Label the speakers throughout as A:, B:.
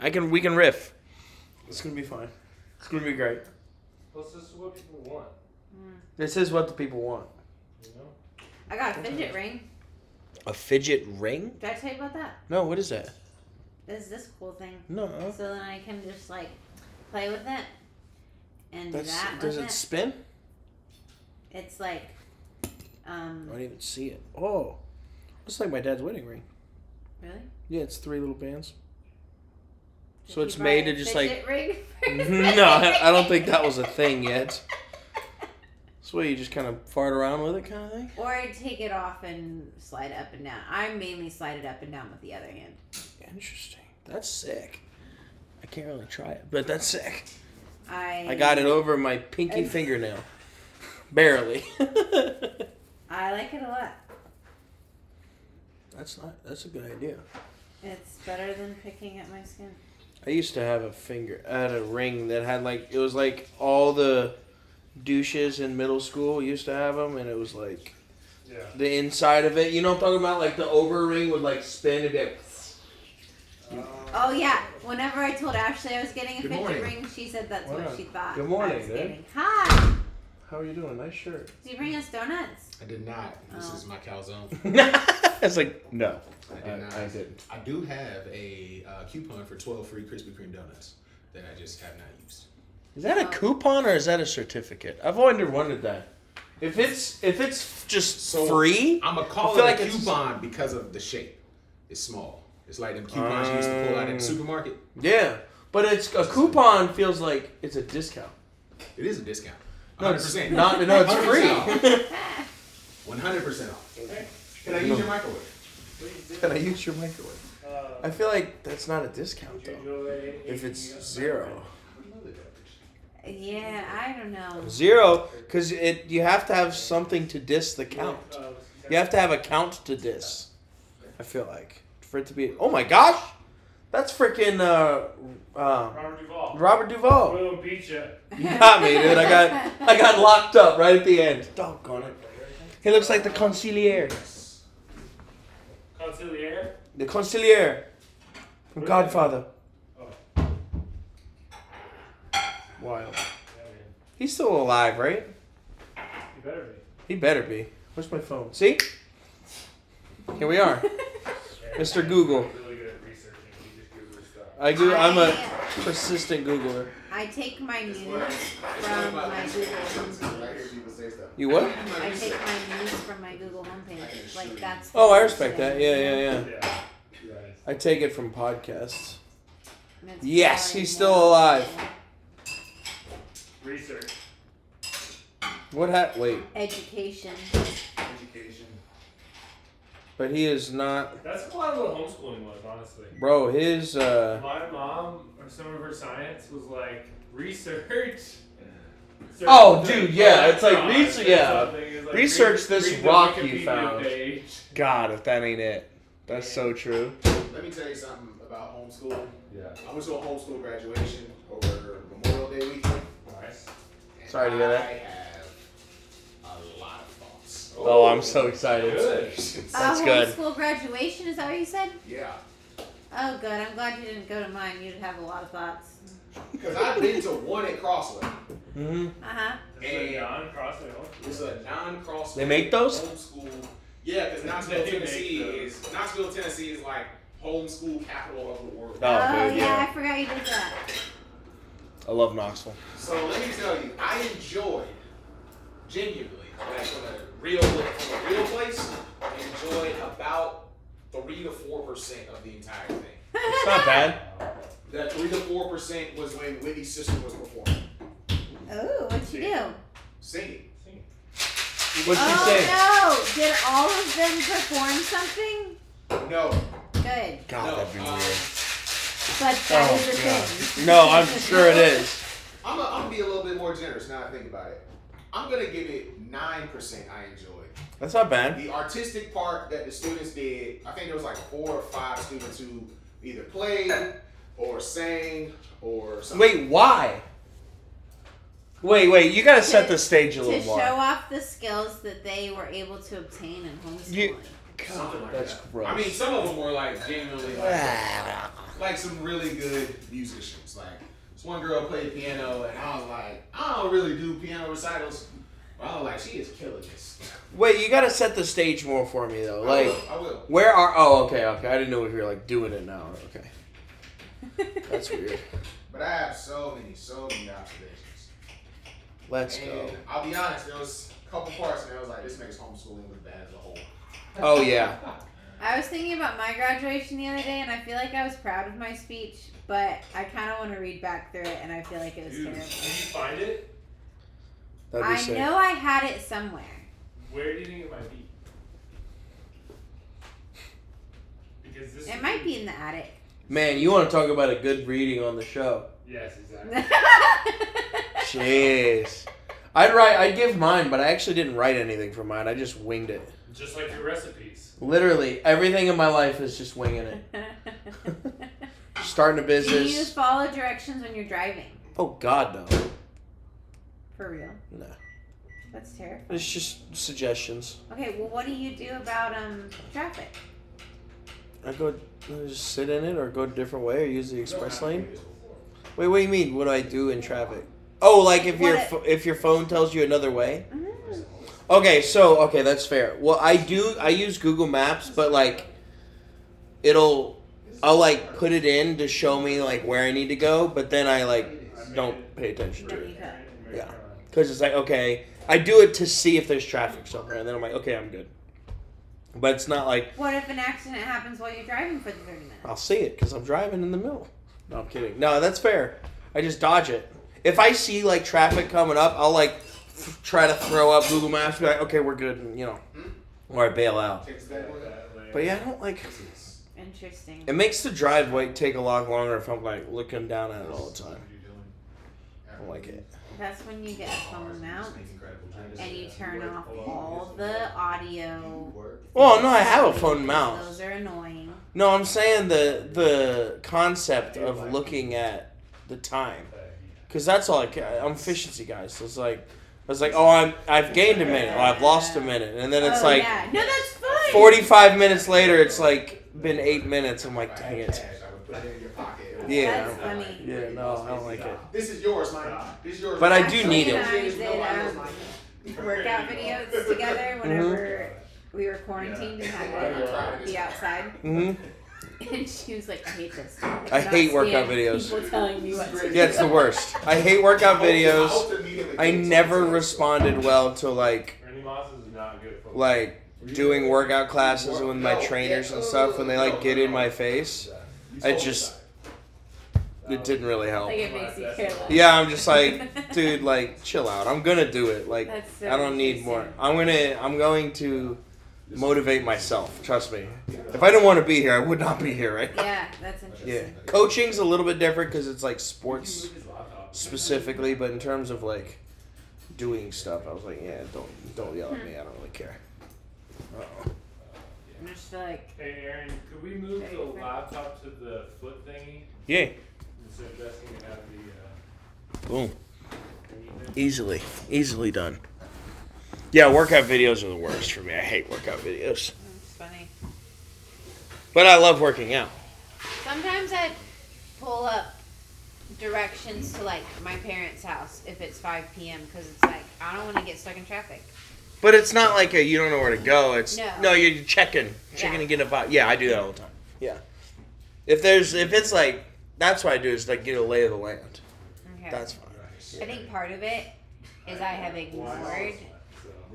A: I can we can riff.
B: It's gonna be fine. It's gonna be great.
C: Plus, this is what people want,
B: This is what the people want.
C: you know?
D: I got a fidget ring.
A: A fidget ring?
D: Did I tell you about that?
B: No, what is that?
D: There's this cool thing.
B: No.
D: So then I can just like play with it and
B: That's
D: that with
B: does
D: it.
B: it spin?
D: It's like
B: I
D: um
B: don't even see it. Oh. It's like my dad's wedding ring.
D: really.
B: Yeah, it's three little bands.
D: Did
B: So
D: you
B: it's
D: buy
B: made
D: a
B: to just,
D: fidget ring for
B: No,
D: me?
B: I I don't think that was a thing yet. So what, you just kind of fart around with it kind of thing?
D: Or I take it off and slide it up and down. I mainly slide it up and down with the other hand.
B: Interesting. That's sick. I can't really try it, but that's sick.
D: I
B: I got it over my pinky
D: And-
B: fingernail. Barely.
D: I like it a lot.
B: that's not that's a good idea.
D: It's better than picking at my skin.
B: I used to have a finger. I had a ring that had like it was like all the douches in middle school used to have them, and it was like
C: Yeah.
B: the inside of it. You know what I'm talking about? Like the over ring would like spin and be like.
C: Uh,
D: Oh yeah. Whenever I told Ashley I was getting a
B: Good
D: fidget
B: morning.
D: ring, she said that's
B: Why
D: what
B: not?
D: she thought.
B: Good morning,
D: I was
B: dude.
D: getting. Hi.
B: How are you doing? Nice shirt.
D: Did you bring us donuts?
E: I did not. This
D: Oh.
E: is my calzone.
A: it's like no.
E: I
A: I-
E: did not.
A: I didn't.
E: I do have a uh, coupon for 12 free Krispy Kreme donuts that I just have not used.
B: Is that a coupon or is that a certificate? I've always wondered that. If it's if it's just
E: So-
B: free,
E: I'm going to call
B: I
E: it
B: feel like
E: a
B: it's-
E: coupon because of the shape. It's small. It's like them coupons you used to pull out in
B: Um.
E: the supermarket.
B: yeah. But it's a coupon feels like it's a discount.
E: It is a discount.
B: No,
E: 100%.
B: it's not. No, it's
E: 100%
B: free.
E: off. 100% off. Can I use your microwave?
C: Please
B: Can I use your microwave?
C: do. Uh,
B: I feel like that's not a discount
C: would you
B: though.
C: enjoy
B: If
C: a-
B: it's zero.
D: Yeah, I don't know.
B: Zero, because it you have to have something to diss the count.
C: Uh,
B: You have to have a count to diss. I feel like for it to be. Oh my gosh, that's freaking uh, uh,
C: Robert Duvall.
B: Robert Duvall.
C: Will beat you.
B: You got me, dude. I got I got locked up right at the end. Doggone it. He looks like the conciliere.
C: Conciliaire.
B: The conciliere from Godfather.
C: Oh,
B: Wild.
C: Yeah, man.
B: He's still alive, right?
C: You better
B: He
C: be.
B: better be. Where's my phone? See? Here we are. Mr. Google.
C: I'm really good at researching. You just Google stuff.
B: I go, I'm a
D: I-
B: persistent Googler.
D: I take my news from my Google homepage.
B: You what?
D: I take my news from my Google homepage. Like that's.
B: Oh, I respect that. Yeah, yeah, yeah.
C: Yeah. Right.
B: I take it from podcasts.
D: yeah.
B: Yes, he's still alive.
C: Research.
B: What hap Wait,
D: Education.
E: Education.
B: but he is not.
C: That's a lot of what homeschooling was, honestly.
B: Bro, his uh,
C: My mom, or some of her science was like research.
B: Oh, dude, yeah, it's like
C: Electrons
B: research-
C: or
B: yeah.
C: something. It's like
B: Research
C: read-
B: this
C: read the
B: rock you
C: Wikipedia
B: found.
C: page.
B: God, if that ain't it, that's so true.
E: Let me tell you something about homeschooling.
C: Yeah.
E: I went to a homeschool graduation over Memorial Day weekend.
C: Nice.
E: and
B: Sorry to hear that.
E: I have a lot of thoughts.
B: Oh, I'm so excited.
C: Good.
B: That's
D: uh,
B: good.
D: School graduation is that what you said?
E: Yeah,
D: Oh, good. I'm glad you didn't go to mine. You'd have a lot of thoughts.
E: because I've been to one at Crossway.
B: hmm
D: Uh huh.
C: This is a non-crossing homeschool.
E: It's a non-Crossway.
B: They make those?
E: Homeschool. Yeah, because Knoxville,
C: They make
E: Tennessee
C: those.
E: is Knoxville, Tennessee is like homeschool capital of the world.
B: Oh,
D: yeah,
B: dude, yeah.
D: I forgot you did that.
B: I love Knoxville.
E: So let me tell you, I enjoyed genuinely, like from a real from a real place, enjoyed about three to four percent of the entire thing.
B: It's not bad.
E: That three to four percent was when Whitney's sister was performing,
D: Oh, what'd you do?
E: singing.
B: What'd she
D: oh
B: say?
D: no! Did all of them perform something?
E: No,
D: Good.
E: no.
B: God, that'd be
E: um,
B: weird.
D: But that
B: Oh,
D: is a
B: God.
D: thing.
B: No, I'm sure it is.
E: I'm gonna I'm gonna be a little bit more generous now that I think about it. I'm gonna give it nine percent. I enjoyed.
B: That's not bad.
E: The artistic part that the students did, I think there was like four or five students who either played or sang or something.
B: Wait, why? Wait, wait. You gotta set the stage a
D: To
B: little
D: show
B: more.
D: off the skills that they were able to obtain in homeschooling.
B: You-
F: something like
B: that's
F: that.
B: gross. Ah.
F: I mean, some of them were like genuinely like, like some really good musicians. Like this one girl played piano, and I was like, I don't really do piano recitals. But I was like, she is killing this.
B: Wait, you gotta set the stage more for me though.
F: I
B: Like,
F: will, I will.
B: where are? Oh, okay, okay. I didn't know if you were like doing it now. Okay, that's weird.
F: But I have so many, so many observations.
B: Let's go.
F: And I'll be honest, there was a couple parts and I was like, this makes homeschooling look bad as a whole.
B: Oh, yeah.
D: I was thinking about my graduation the other day, and I feel like I was proud of my speech, but I kind of want to read back through it, and I feel like it was
C: Dude, did you
D: terrible.
C: find it?
B: That'd be
D: I
B: sick.
D: know I had it somewhere.
C: Where do you think it might be? Because this
D: It might be in the attic.
B: Man, you want to talk about a good reading on the show?
C: Yes, exactly.
D: I
B: Jeez. I'd write. I'd give mine, but I actually didn't write anything for mine. I just winged it.
C: Just like your recipes.
B: Literally, everything in my life is just winging it. Starting a
D: Do you
B: business.
D: follow directions when you're driving?
B: Oh God, no.
D: For real?
B: No.
D: That's terrible.
B: It's just suggestions.
D: Okay, well, what do you do about um traffic?
B: I go I just sit in it or go a different way or use the express lane. Wait, what do you mean? What do I do in traffic? Oh, like if your
D: What
B: pho- if your phone tells you another way.
D: Mm.
B: Okay, so okay, that's fair. Well, I do I use Google Maps, but like it'll I'll like put it in to show me like where I need to go, but then I like don't pay attention to it Yeah. because it's like okay, I do it to see if there's traffic somewhere, and then I'm like okay, I'm good. But it's not like
D: What if an accident happens while you're driving for the 30 minutes?
B: I'll see it because I'm driving in the middle. No, I'm kidding. No, that's fair. I just dodge it. If I see like traffic coming up, I'll like th- try to throw up Google Maps, be like, okay, we're good, and you know, or I bail out.
F: Fix that one up.
B: But yeah, I don't like.
D: Interesting.
B: It makes the driveway take a lot longer if I'm like looking down at it all the time. I don't like it.
D: That's when you get a phone mount and you turn off all
F: Hold
D: the audio.
B: Well, Oh, no, I have a phone mount.
D: Those are annoying.
B: No, I'm saying the the concept of looking at the time, because that's all I ca- I'm efficiency guys. So it's like, I was like, oh, I'm I've gained a minute, oh, I've lost a minute, and then it's
D: oh,
B: like
D: yeah. No, that's fun.
B: 45 minutes later, it's like been eight minutes. I'm like, dang it.
F: I would put it in your pocket.
B: Yeah.
D: That's funny.
B: Yeah, no, I don't like it.
F: This is yours, mine. This is yours.
B: But I
F: mine.
B: do need it.
F: Actually, it's no, I was
D: Um,
F: like-
D: Workout videos together whenever
B: Mm-hmm.
D: we were quarantined and had to be outside.
B: hmm
D: And she was like, I hate this.
B: I
D: cannot
B: hate workout
D: stand
B: videos.
D: People telling me what to do.
B: Yeah, it's the worst. I hate workout
F: I hope- I
B: videos.
F: hope immediately
B: I
F: goes
B: never
F: on to-
B: responded well to like
C: Randy Moss is not good for
B: like doing workout classes with my trainers and stuff when they like get in my face.
F: You
B: I
F: told
B: just-
F: me that.
B: It didn't really
D: Like,
B: help.
D: it makes you careless.
B: Yeah, I'm just like, dude, like chill out. I'm gonna do it. Like
D: That's so
B: I don't need more.
D: interesting.
B: I'm gonna I'm going to motivate myself. Trust me. If I didn't want to be here, I would not be here right now.
D: Yeah, that's interesting.
B: Yeah. Coaching's a little bit different cuz it's like sports
C: his laptop.
B: specifically, but in terms of like doing stuff, I was like, yeah, don't don't yell at me. I don't really care. Uh-oh.
D: I'm just like,
C: Hey Aaron, could we move the laptop to the foot thingy
B: Yeah.
C: instead of just having to have the
B: Boom.
C: uh, thing?
B: Easily. Easily done. Yeah, workout videos are the worst for me. I hate workout videos.
D: it's funny.
B: But I love working out.
D: Sometimes I pull up directions to like my parents' house if it's 5 p.m. because it's like I don't want to get stuck in traffic.
B: But it's not like a you don't know where to go. It's no,
D: No.
B: you're checking. Checking
D: Yeah.
B: and getting a vibe. Yeah, I do that all the time. Yeah. If there's if it's like that's what I do is like get a lay of the land.
D: Okay.
B: That's fine.
D: I think part of it is I have ignored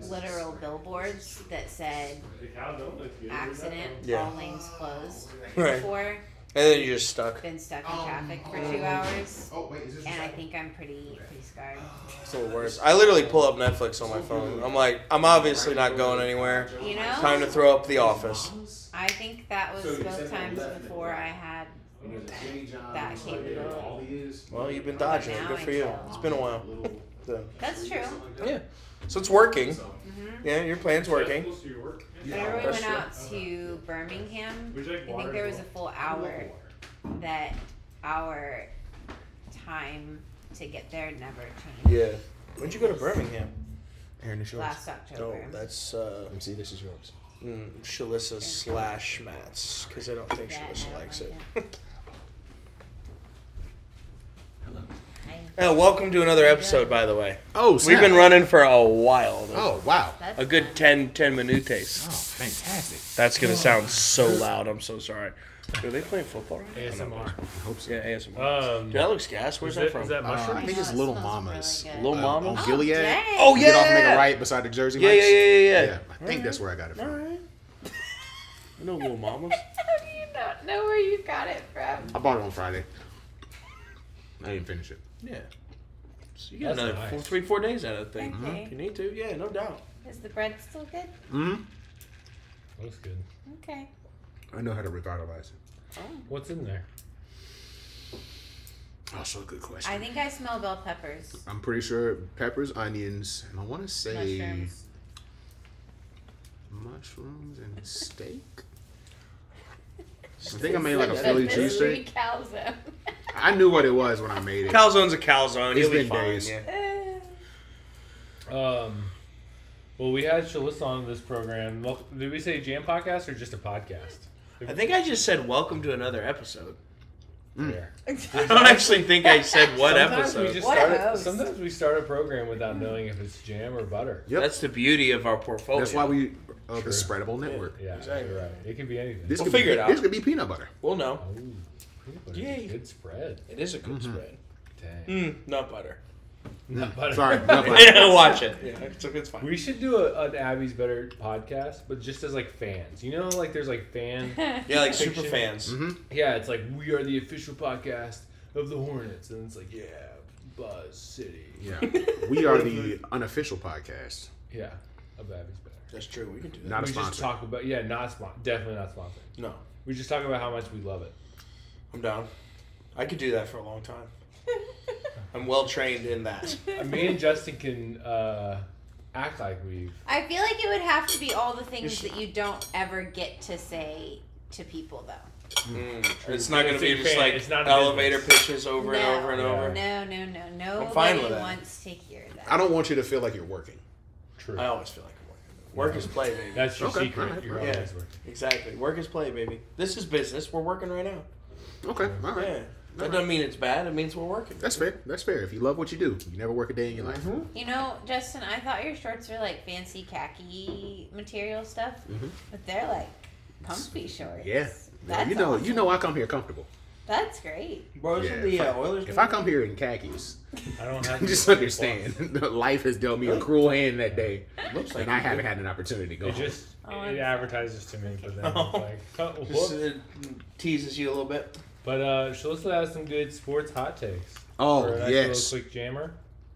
D: literal billboards that said
C: The cow don't look good.
D: accident,
B: Yeah.
D: all lanes closed
B: Right. And
D: before,
B: then you're just stuck.
D: been stuck in traffic for two hours,
F: Um, Oh wait, is this?
D: and I think I'm pretty pretty scarred.
B: It's the worst. I literally pull up Netflix on my phone. I'm like, I'm obviously not going anywhere.
D: You know?
B: Time to throw up The Office.
D: I think that was
F: So you said that
D: both times
F: left and
D: before
F: right.
D: I had
F: That
D: capability.
B: Well, you've been dodging it. Good for you. It's been a while.
D: That's true.
B: Yeah. So it's working.
D: hmm
B: Yeah, your plan's working.
C: Close to your work?
D: Whenever we
B: That's
D: went
B: true.
D: out to Birmingham,
C: Would you
D: I
C: like water?
D: think there was a full hour that our time to get there never changed.
B: Yeah. When'd you go to Birmingham?
E: Aaron, it's yours.
D: Last
B: Oh,
D: October.
B: that's uh
E: MC, this is yours.
B: mm, Shalissa slash Matt's because I don't think Shalissa likes it. Uh, welcome to another episode, by the way.
E: Oh,
B: We've
E: snap.
B: been running for a while. though.
E: Oh, wow.
D: That's
B: A good 10, 10 minutes.
E: Oh, fantastic.
B: That's going to sound so loud. I'm so sorry. Are they playing football?
C: ASMR.
B: Yeah, ASMR.
C: Um,
B: Dude, that looks gas. Where's
C: is,
B: that
C: that,
B: from?
C: is that
E: Uh,
C: mushroom?
E: I think it's
D: No, it
E: Little
D: smells
E: Mamas.
D: really good.
B: Little
E: uh,
B: Mama?
E: On
D: Oh,
E: Gilead.
D: dang.
E: You Get off and make
B: yeah.
E: a right beside the Jersey
B: yeah, yeah,
E: Mike's.
B: yeah, yeah, yeah.
E: I think that's where I got it
B: All
E: from.
B: right. I know little mamas.
D: How do you not know where you got it from?
E: I bought it on Friday. I didn't finish it.
B: Yeah. So you got
C: That's
B: another
C: nice.
B: four, three, four days out of the thing.
D: Okay.
B: If you need to, yeah, no doubt.
D: Is the bread still good?
E: Mm-hmm.
C: Looks good.
D: Okay.
E: I know how to revitalize it.
C: What's in there?
E: Also, a good question.
D: I think I smell bell peppers.
E: I'm pretty sure peppers, onions, and I want to say
D: Mushrooms.
E: mushrooms and steak. I think I made like a Philly
D: That's mystery
E: cheesesteak.
D: calzone.
E: I knew what it was when I made it.
B: Calzone's a calzone.
E: It's
B: He'll be
E: been
B: fine.
E: days.
B: Yeah.
C: Um, well, we had Shalissa on this program. Well, did we say jam podcast or just a podcast?
B: I think I just said welcome to another episode.
C: There.
B: I don't actually think I said what
C: Sometimes we
B: episode.
C: just
D: What a
C: start. a-
D: host.
C: Sometimes we start a program without knowing if it's jam or butter.
E: Yep.
B: That's the beauty of our portfolio.
E: That's why we uh,
C: Sure.
E: the spreadable network.
C: Yeah,
B: Exactly.
C: you're right. It could be anything.
E: This
B: We'll
E: could be-
B: figure it out.
E: This could be peanut butter.
B: We'll know.
C: Ooh, peanut butter's Oh, a
B: Yay.
C: Good spread.
B: It is a good spread.
C: Dang.
B: Mm, not butter.
C: Not butter.
E: Sorry, not butter.
B: Yeah, Watch it. Yeah, it's, it's fine.
C: We should do a, an Abby's Better podcast, but just as like fans. You know, like there's like fan.
B: Yeah, like
C: Fiction.
B: super fans.
C: yeah, it's like we are the official podcast of the Hornets, and it's like yeah, Buzz City.
E: Yeah, we are the unofficial podcast,
C: Yeah, of Abby's Better.
B: That's true. We can do that.
E: not a
C: we just
E: sponsor.
C: talk about yeah, not spon- definitely not sponsored.
B: No,
C: We just talk about how much we love it.
B: I'm down. I could do that for a long time. I'm well trained in that.
C: Uh, Me and Justin can uh, act like we've
D: I feel like it would have to be all the things that you don't ever get to say to people, though.
B: Mm, It's not going to
C: It's
B: be
C: a
B: just
C: fan.
B: like
C: It's not a
B: elevator
C: business.
B: pitches over
D: no,
B: and over and
C: Yeah.
B: over.
D: No, no, no. Nobody
B: I'm fine with that.
D: wants to hear that.
E: I don't want you to feel like you're working.
C: true.
B: I always feel like I'm working. Work is play, baby.
C: That's your
E: Okay,
C: secret.
E: alright,
C: You're
B: alright.
C: always working.
B: Exactly. Work is play, baby. This is business. We're working right now.
E: Okay, all right.
B: Yeah. That doesn't mean it's bad. It means we're working.
E: That's fair. That's fair. If you love what you do, you never work a day in your life.
B: Mm-hmm.
D: You know, Justin, I thought your shorts were like fancy khaki material stuff,
B: Mm-hmm.
D: but they're like comfy shorts.
E: Yeah.
D: That's
E: you know, you
D: awesome.
E: know, I come here comfortable.
D: That's great.
B: Bro,
E: Yeah,
B: yeah, the
E: if I-
B: uh, Oilers.
E: If I come here in khakis,
C: I don't have
E: just
C: to-
E: understand life has dealt me a cruel hand that day,
B: looks like
E: and I
B: you
E: haven't
B: do.
E: had an opportunity to go.
C: It
E: home.
C: just
D: Oh,
C: it
D: I'm
C: advertises to me, but then it's like, oh,
B: Just,
C: whoops.
B: uh, teases you a little bit.
C: But uh, Shalissa has some good sports hot takes.
E: Oh,
C: for a nice
E: yes.
C: Little quick jammer.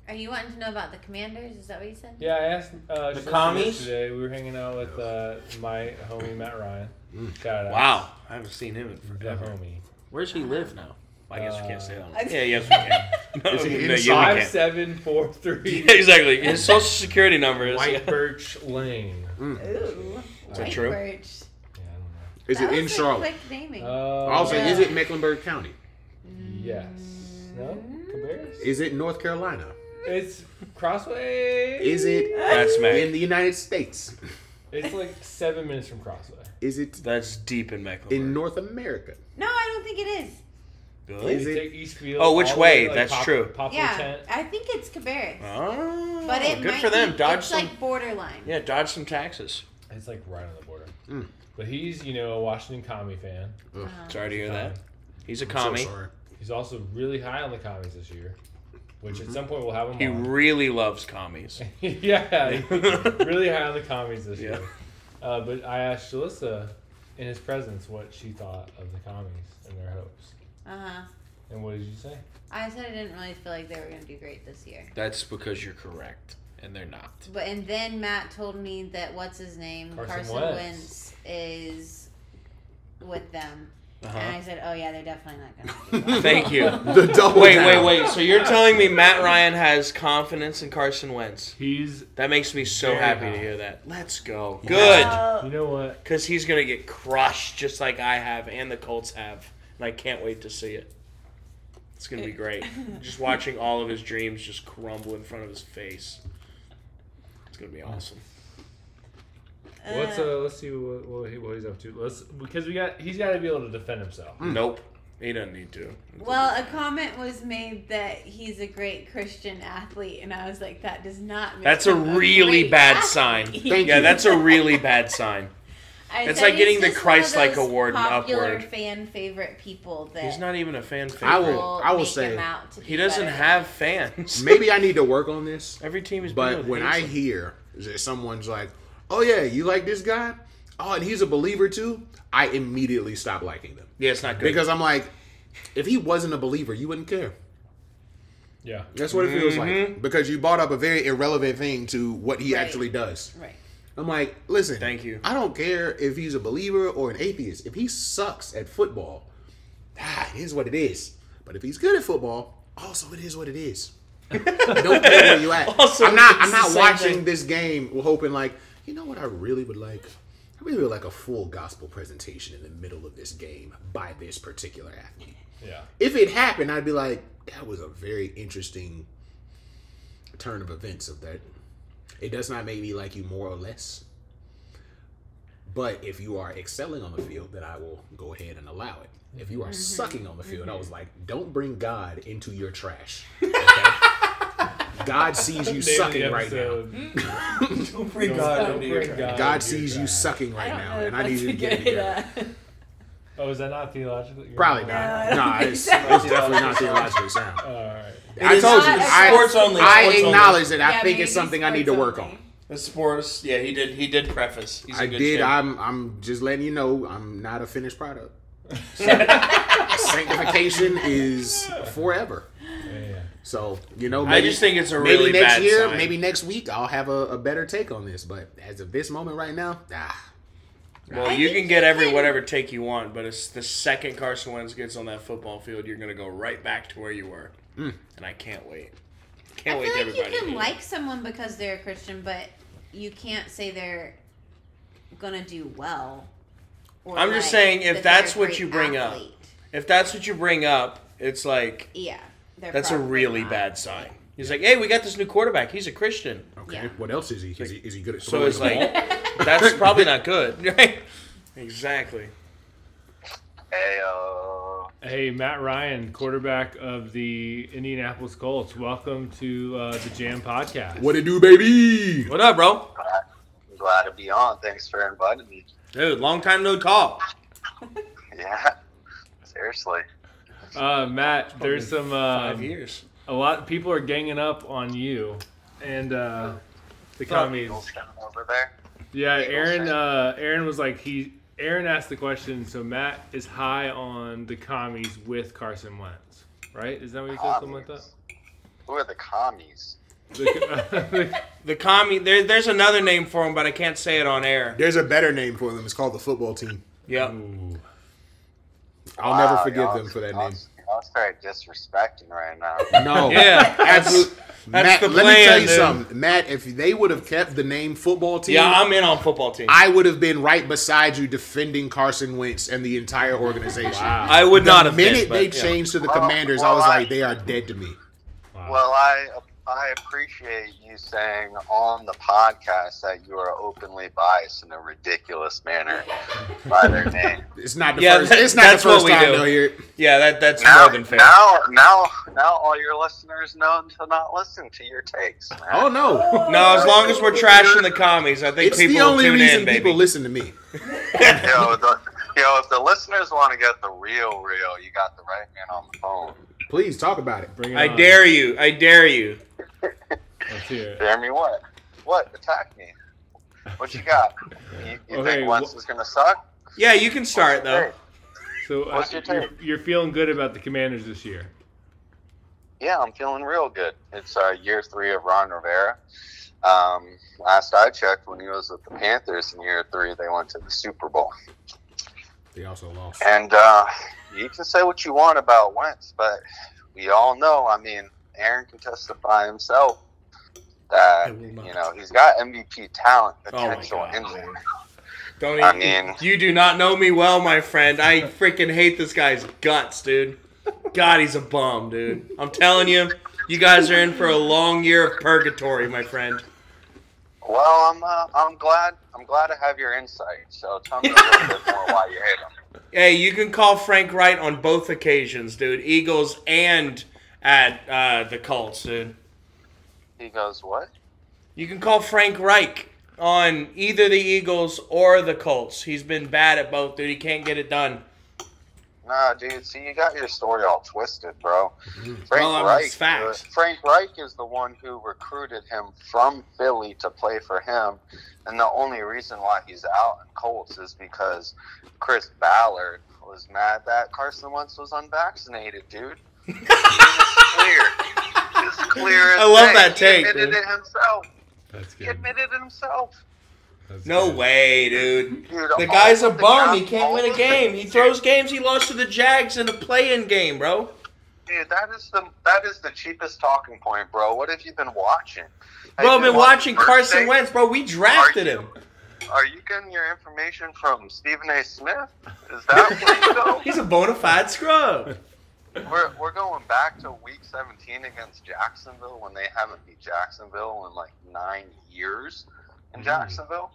D: Are you wanting to know about the commanders? Is that what you said?
C: Yeah, I asked uh,
B: The
C: Shalissa
B: commies?
C: yesterday. We were hanging out with uh, my homie Matt Ryan.
E: Mm.
C: Shout out.
B: I haven't seen him in
C: The homie.
B: Where does he live now? I guess we can't say
D: Uh,
B: that. Yeah, yes, we can. No,
E: Is he
B: no, you
E: inside?
C: Five
B: can't.
C: seven four three.
B: Yeah, exactly. His social security number is.
C: White Birch Lane.
D: Ooh.
B: Is that true?
D: Birch.
C: Yeah, I
E: Is
D: That
E: it in
D: was, like,
E: Charlotte?
D: quick naming.
C: don't know. Uh,
E: Also,
D: yeah.
E: is it Mecklenburg County?
C: Yes. No. Cabarrus?
E: Is it North Carolina?
C: It's Crossway.
E: Is it
B: That's
E: in
B: Mac.
E: the United States?
C: It's like seven minutes from Crossway.
E: Is it
B: That's deep in Mecklenburg.
E: in North America?
D: no, I don't think it is.
B: Really?
E: Is
C: You
E: it-
C: take Eastfield.
B: Oh, which
C: all the to,
B: way? That's
C: Pop-
B: true.
C: Poplar
D: yeah,
C: Tent.
D: I think it's Cabarrus.
B: Oh,
D: but it
B: good
D: might
B: for them.
D: Be,
B: Dodge
D: it's
B: some.
D: like borderline.
B: yeah, dodge some taxes.
C: It's like right on the border.
E: Mm.
C: But he's, you know, a Washington commie fan.
B: Sorry to hear
C: Commie.
B: that. He's a
E: I'm so
B: commie.
E: sorry.
C: He's also really high on the commies this year, which
E: Mm-hmm.
C: at some point we'll have him
B: he
C: on.
B: really loves commies.
C: yeah, he's really high on the commies this
B: Yeah.
C: year. Uh, but I asked Shalissa in his presence what she thought of the commies and their hopes.
D: Uh huh.
C: And what did you say?
D: I said I didn't really feel like they were gonna do great this year.
B: That's because you're correct, and they're not.
D: But and then Matt told me that what's his name
C: Carson
D: Carson
C: Wentz.
D: Wentz is with them, and
B: Uh-huh.
D: I said, oh yeah, they're definitely not gonna. do well.
B: Thank you.
E: The double
B: Wait,
E: down.
B: wait, wait. So you're telling me Matt Ryan has confidence in Carson Wentz?
C: He's,
B: That makes me so
C: Very
B: happy
C: high.
B: to hear that. Let's go. Good.
C: you
D: Well,
C: know what?
B: Because he's going to get crushed just like I have and the Colts have. And I can't wait to see it. It's going to be great. Just watching all of his dreams just crumble in front of his face. It's going to be awesome.
D: Oh,
C: What's uh? Let's see what, what, he, what he's up to. Let's because we got he's got to be able to defend himself.
B: Nope. He doesn't need to.
D: Well, a comment was made that he's a great Christian athlete, and I was like, that does not. Make
B: That's a
D: him
B: really
D: great
B: bad
D: athlete.
B: sign.
E: Thank
B: yeah,
E: you.
B: that's a really bad sign.
D: I
B: It's
D: said
B: like getting
D: he's
B: the
D: just
B: Christ-like
D: one of those
B: award and
D: popular
B: upward.
D: fan favorite people that
B: He's not even a fan favorite.
E: I
D: people
E: will- I will
D: make
E: say,
D: him out to be
B: He doesn't
D: better.
B: have fans.
E: Maybe I need to work on this.
B: Every team is.
E: But
B: built
E: when I
B: against him.
E: hear that someone's like, "Oh yeah, you like this guy? Oh, and he's a believer too," I immediately stop liking them
B: yeah, it's not good.
E: because I'm like, if he wasn't a believer, you wouldn't care.
C: Yeah.
E: That's what it feels
B: Mm-hmm.
E: like because you brought up a very irrelevant thing to what he
D: Right.
E: actually does.
D: Right.
E: I'm like, listen,
B: Thank you.
E: I don't care if he's a believer or an atheist. If he sucks at football, ah, it is what it is. But if he's good at football, also it is what it is. don't care where you at.
B: Also,
E: I'm not.
B: it's
E: I'm
B: the
E: not
B: same
E: watching
B: thing.
E: this game hoping like, you know what? I really would like. I really would like a full gospel presentation in the middle of this game by this particular athlete
C: Yeah.
E: if it happened, I'd be like, that was a very interesting turn of events of that. It does not make me like you more or less. But if you are excelling on the field, then I will go ahead and allow it. If
D: Mm-hmm.
E: you are sucking on the field, I was like, don't bring God into your trash. okay? God sees you
C: Name of the
E: sucking right now.
C: episode,
G: Don't bring
C: God into your trash.
E: God
C: Don't
E: sees
C: do
E: you
C: that.
E: sucking
D: I
E: right
D: don't
E: now,
D: know if
E: and I need
D: that's
E: you to
D: a
E: get it
D: good,
E: together.
D: uh,
C: Oh, is that not theological? You're
E: Probably
C: right.
D: I
E: not.
D: don't
E: Nah,
D: think
E: it's,
D: so.
E: it's definitely not theologically sound.
C: All right.
E: I
G: is
E: told you,
D: not a
E: I,
D: sports
G: only,
E: I
G: sports only.
E: acknowledge that. I
D: Yeah,
E: think
D: maybe
E: it's something I need to
D: sports
E: work
D: only.
E: on.
G: The sports. Yeah, he did. He did preface. He's a
E: I
G: good
E: did.
G: Kid.
E: I'm. I'm just letting you know. I'm not a finished product. Sanctification is forever.
C: Yeah, yeah.
E: So you know, maybe,
B: I just think it's a
E: maybe
B: really
E: next
B: bad
E: year,
B: sign.
E: maybe next week, I'll have a, a better take on this. But as of this moment right now, ah,
B: Well,
D: I
B: you
D: think
B: can get
D: he
B: every
D: can-
B: whatever take you want, but it's the second Carson Wentz gets on that football field, you're gonna go right back to where you were,
E: Hmm.
B: and I can't wait. Can't
D: I
B: wait
D: feel
B: to
D: like you
B: everybody.
D: can
B: to-
D: like someone because they're a Christian, but you can't say they're gonna do well. or,
B: I'm just
D: like,
B: saying, if
D: that they're a
B: that's what
D: great
B: you bring up,
D: athlete.
B: if that's what you bring up, it's like
D: yeah, they're
B: that's a
D: probably
B: really
D: not.
B: bad sign. He's like, hey, we got this new quarterback. He's a Christian,
E: okay.
D: Yeah.
E: What else is he? Is he, is he good at
B: so
E: throwing
B: it's
E: the
B: like
E: ball?
B: that's probably not good, right? Exactly.
H: Hey, uh,
C: Hey, Matt Ryan, quarterback of the Indianapolis Colts. Welcome to uh, the Jam Podcast.
E: what it do, baby?
B: What up, bro?
H: I'm glad to be on. Thanks for inviting me.
B: Dude, long time no talk.
H: Yeah, seriously.
C: Uh, Matt, there's some uh,
B: Five years.
C: a lot. People are ganging up on you, and uh, the commies.
H: Eagles down over there.
C: Yeah,
H: Eagles
C: Aaron.
H: fan.
C: Uh, Aaron was like he. Aaron asked the question, so Matt is high on the commies with Carson Wentz, right? Is that what you said? Something like that.
H: Commies. Who are the commies?
C: The,
B: The commie. There, there's another name for him, but I can't say it on air.
E: There's a better name for them. It's called the football team.
B: Yep.
C: Ooh.
E: I'll never
H: Wow,
E: forgive
H: y'all-
E: them for that
H: y'all-
E: name.
H: Y'all start disrespecting right now.
E: No.
B: Yeah. Absolutely.
E: Matt,
B: That's the
E: let me
B: plan,
E: tell you
B: dude.
E: something, Matt. If they would have kept the name football team,
B: Yeah, I'm in on football team. I,
E: I would have been right beside you defending Carson Wentz and the entire organization.
B: would not
E: The
B: have
E: minute
B: been,
E: they
B: but, yeah.
E: changed to the
H: Well,
E: Commanders, I
H: well,
E: was
H: I-
E: like, they are dead to me.
C: Wow.
H: Well, I I appreciate you saying on the podcast that you are openly biased in a ridiculous manner by their name.
E: It's not the
B: Yeah,
E: first.
B: that-
E: it's not the
B: that's what
E: first
B: we
E: time
B: do.
E: they'll hear it.
B: Yeah, that that's
H: Now,
B: more than fair.
H: now, now, now, all your listeners know to not listen to your takes. Man.
E: Oh no!
B: no, as long as we're trashing the commies, I think
E: It's
B: people
E: the only
B: will tune
E: reason
B: in, baby.
E: people listen to me.
H: yo, the, yo, if the listeners want to get the real, real, you got the right man on the phone.
E: Please talk about it.
C: Bring it
B: I
C: on.
B: dare you. I dare you.
C: Let's hear it.
H: Jeremy, what? What? Attack me? What you got? You, you
C: Okay,
H: think once
C: wh-
H: is gonna suck?
B: Yeah, you can start though.
C: So uh,
H: What's your take?
C: you're, you're feeling good about the Commanders this year.
H: Yeah, I'm feeling real good. It's uh, year three of Ron Rivera. Um, last I checked, when he was with the Panthers in year three, they went to the Super Bowl.
E: They also lost.
H: And uh, you can say what you want about Wentz, but we all know. I mean, Aaron can testify himself that
B: will not.
H: you know he's got MVP talent
B: Oh my
H: potential
B: God.
H: in him.
B: Don't
H: I
B: even-
H: mean-
B: you do not know me well, my friend. I freaking hate this guy's guts, dude. God, he's a bum, dude. I'm telling you, you guys are in for a long year of purgatory, my friend.
H: Well, I'm uh, I'm glad I'm glad to have your insight. So tell me a little bit more why you hate him.
B: Hey, you can call Frank Wright on both occasions, dude. Eagles and at uh, the Colts, dude.
H: He goes, "What?
B: You can call Frank Reich on either the Eagles or the Colts. He's been bad at both, dude. He can't get it done.
H: Nah, dude. See, you got your story all twisted, bro. Frank
B: Well, I mean,
H: Reich.
B: it's facts.
H: uh, Frank Reich is the one who recruited him from Philly to play for him, and the only reason why he's out in Colts is because Chris Ballard was mad that Carson Wentz was unvaccinated, dude. It was clear. It's clear. as
B: I love
H: day.
B: that take,
H: He admitted
B: dude.
H: it himself.
C: That's
H: He
C: good.
H: admitted it himself.
C: That's
B: No
C: good.
B: way, dude.
H: Dude, oh,
I: The
H: all
I: guy's a
H: of the
I: bum.
H: guys-
I: He can't
H: all
I: win a
H: of
I: game.
H: the-
I: He
B: Throws games he lost to the Jags in the play-in game, bro.
H: Dude, that is the that is the cheapest talking point, bro. What have you been watching? Have
B: Bro,
H: you
B: I've been watching
H: watching
B: Carson
H: Birthday?
B: Wentz, bro. We drafted him.
H: Are you getting your information from Stephen A. Smith? Is that where you
B: He's a bona fide scrub.
H: go? We're we're going back to Week 17 against Jacksonville when they haven't beat Jacksonville in like nine years
B: Mm.
H: in Jacksonville.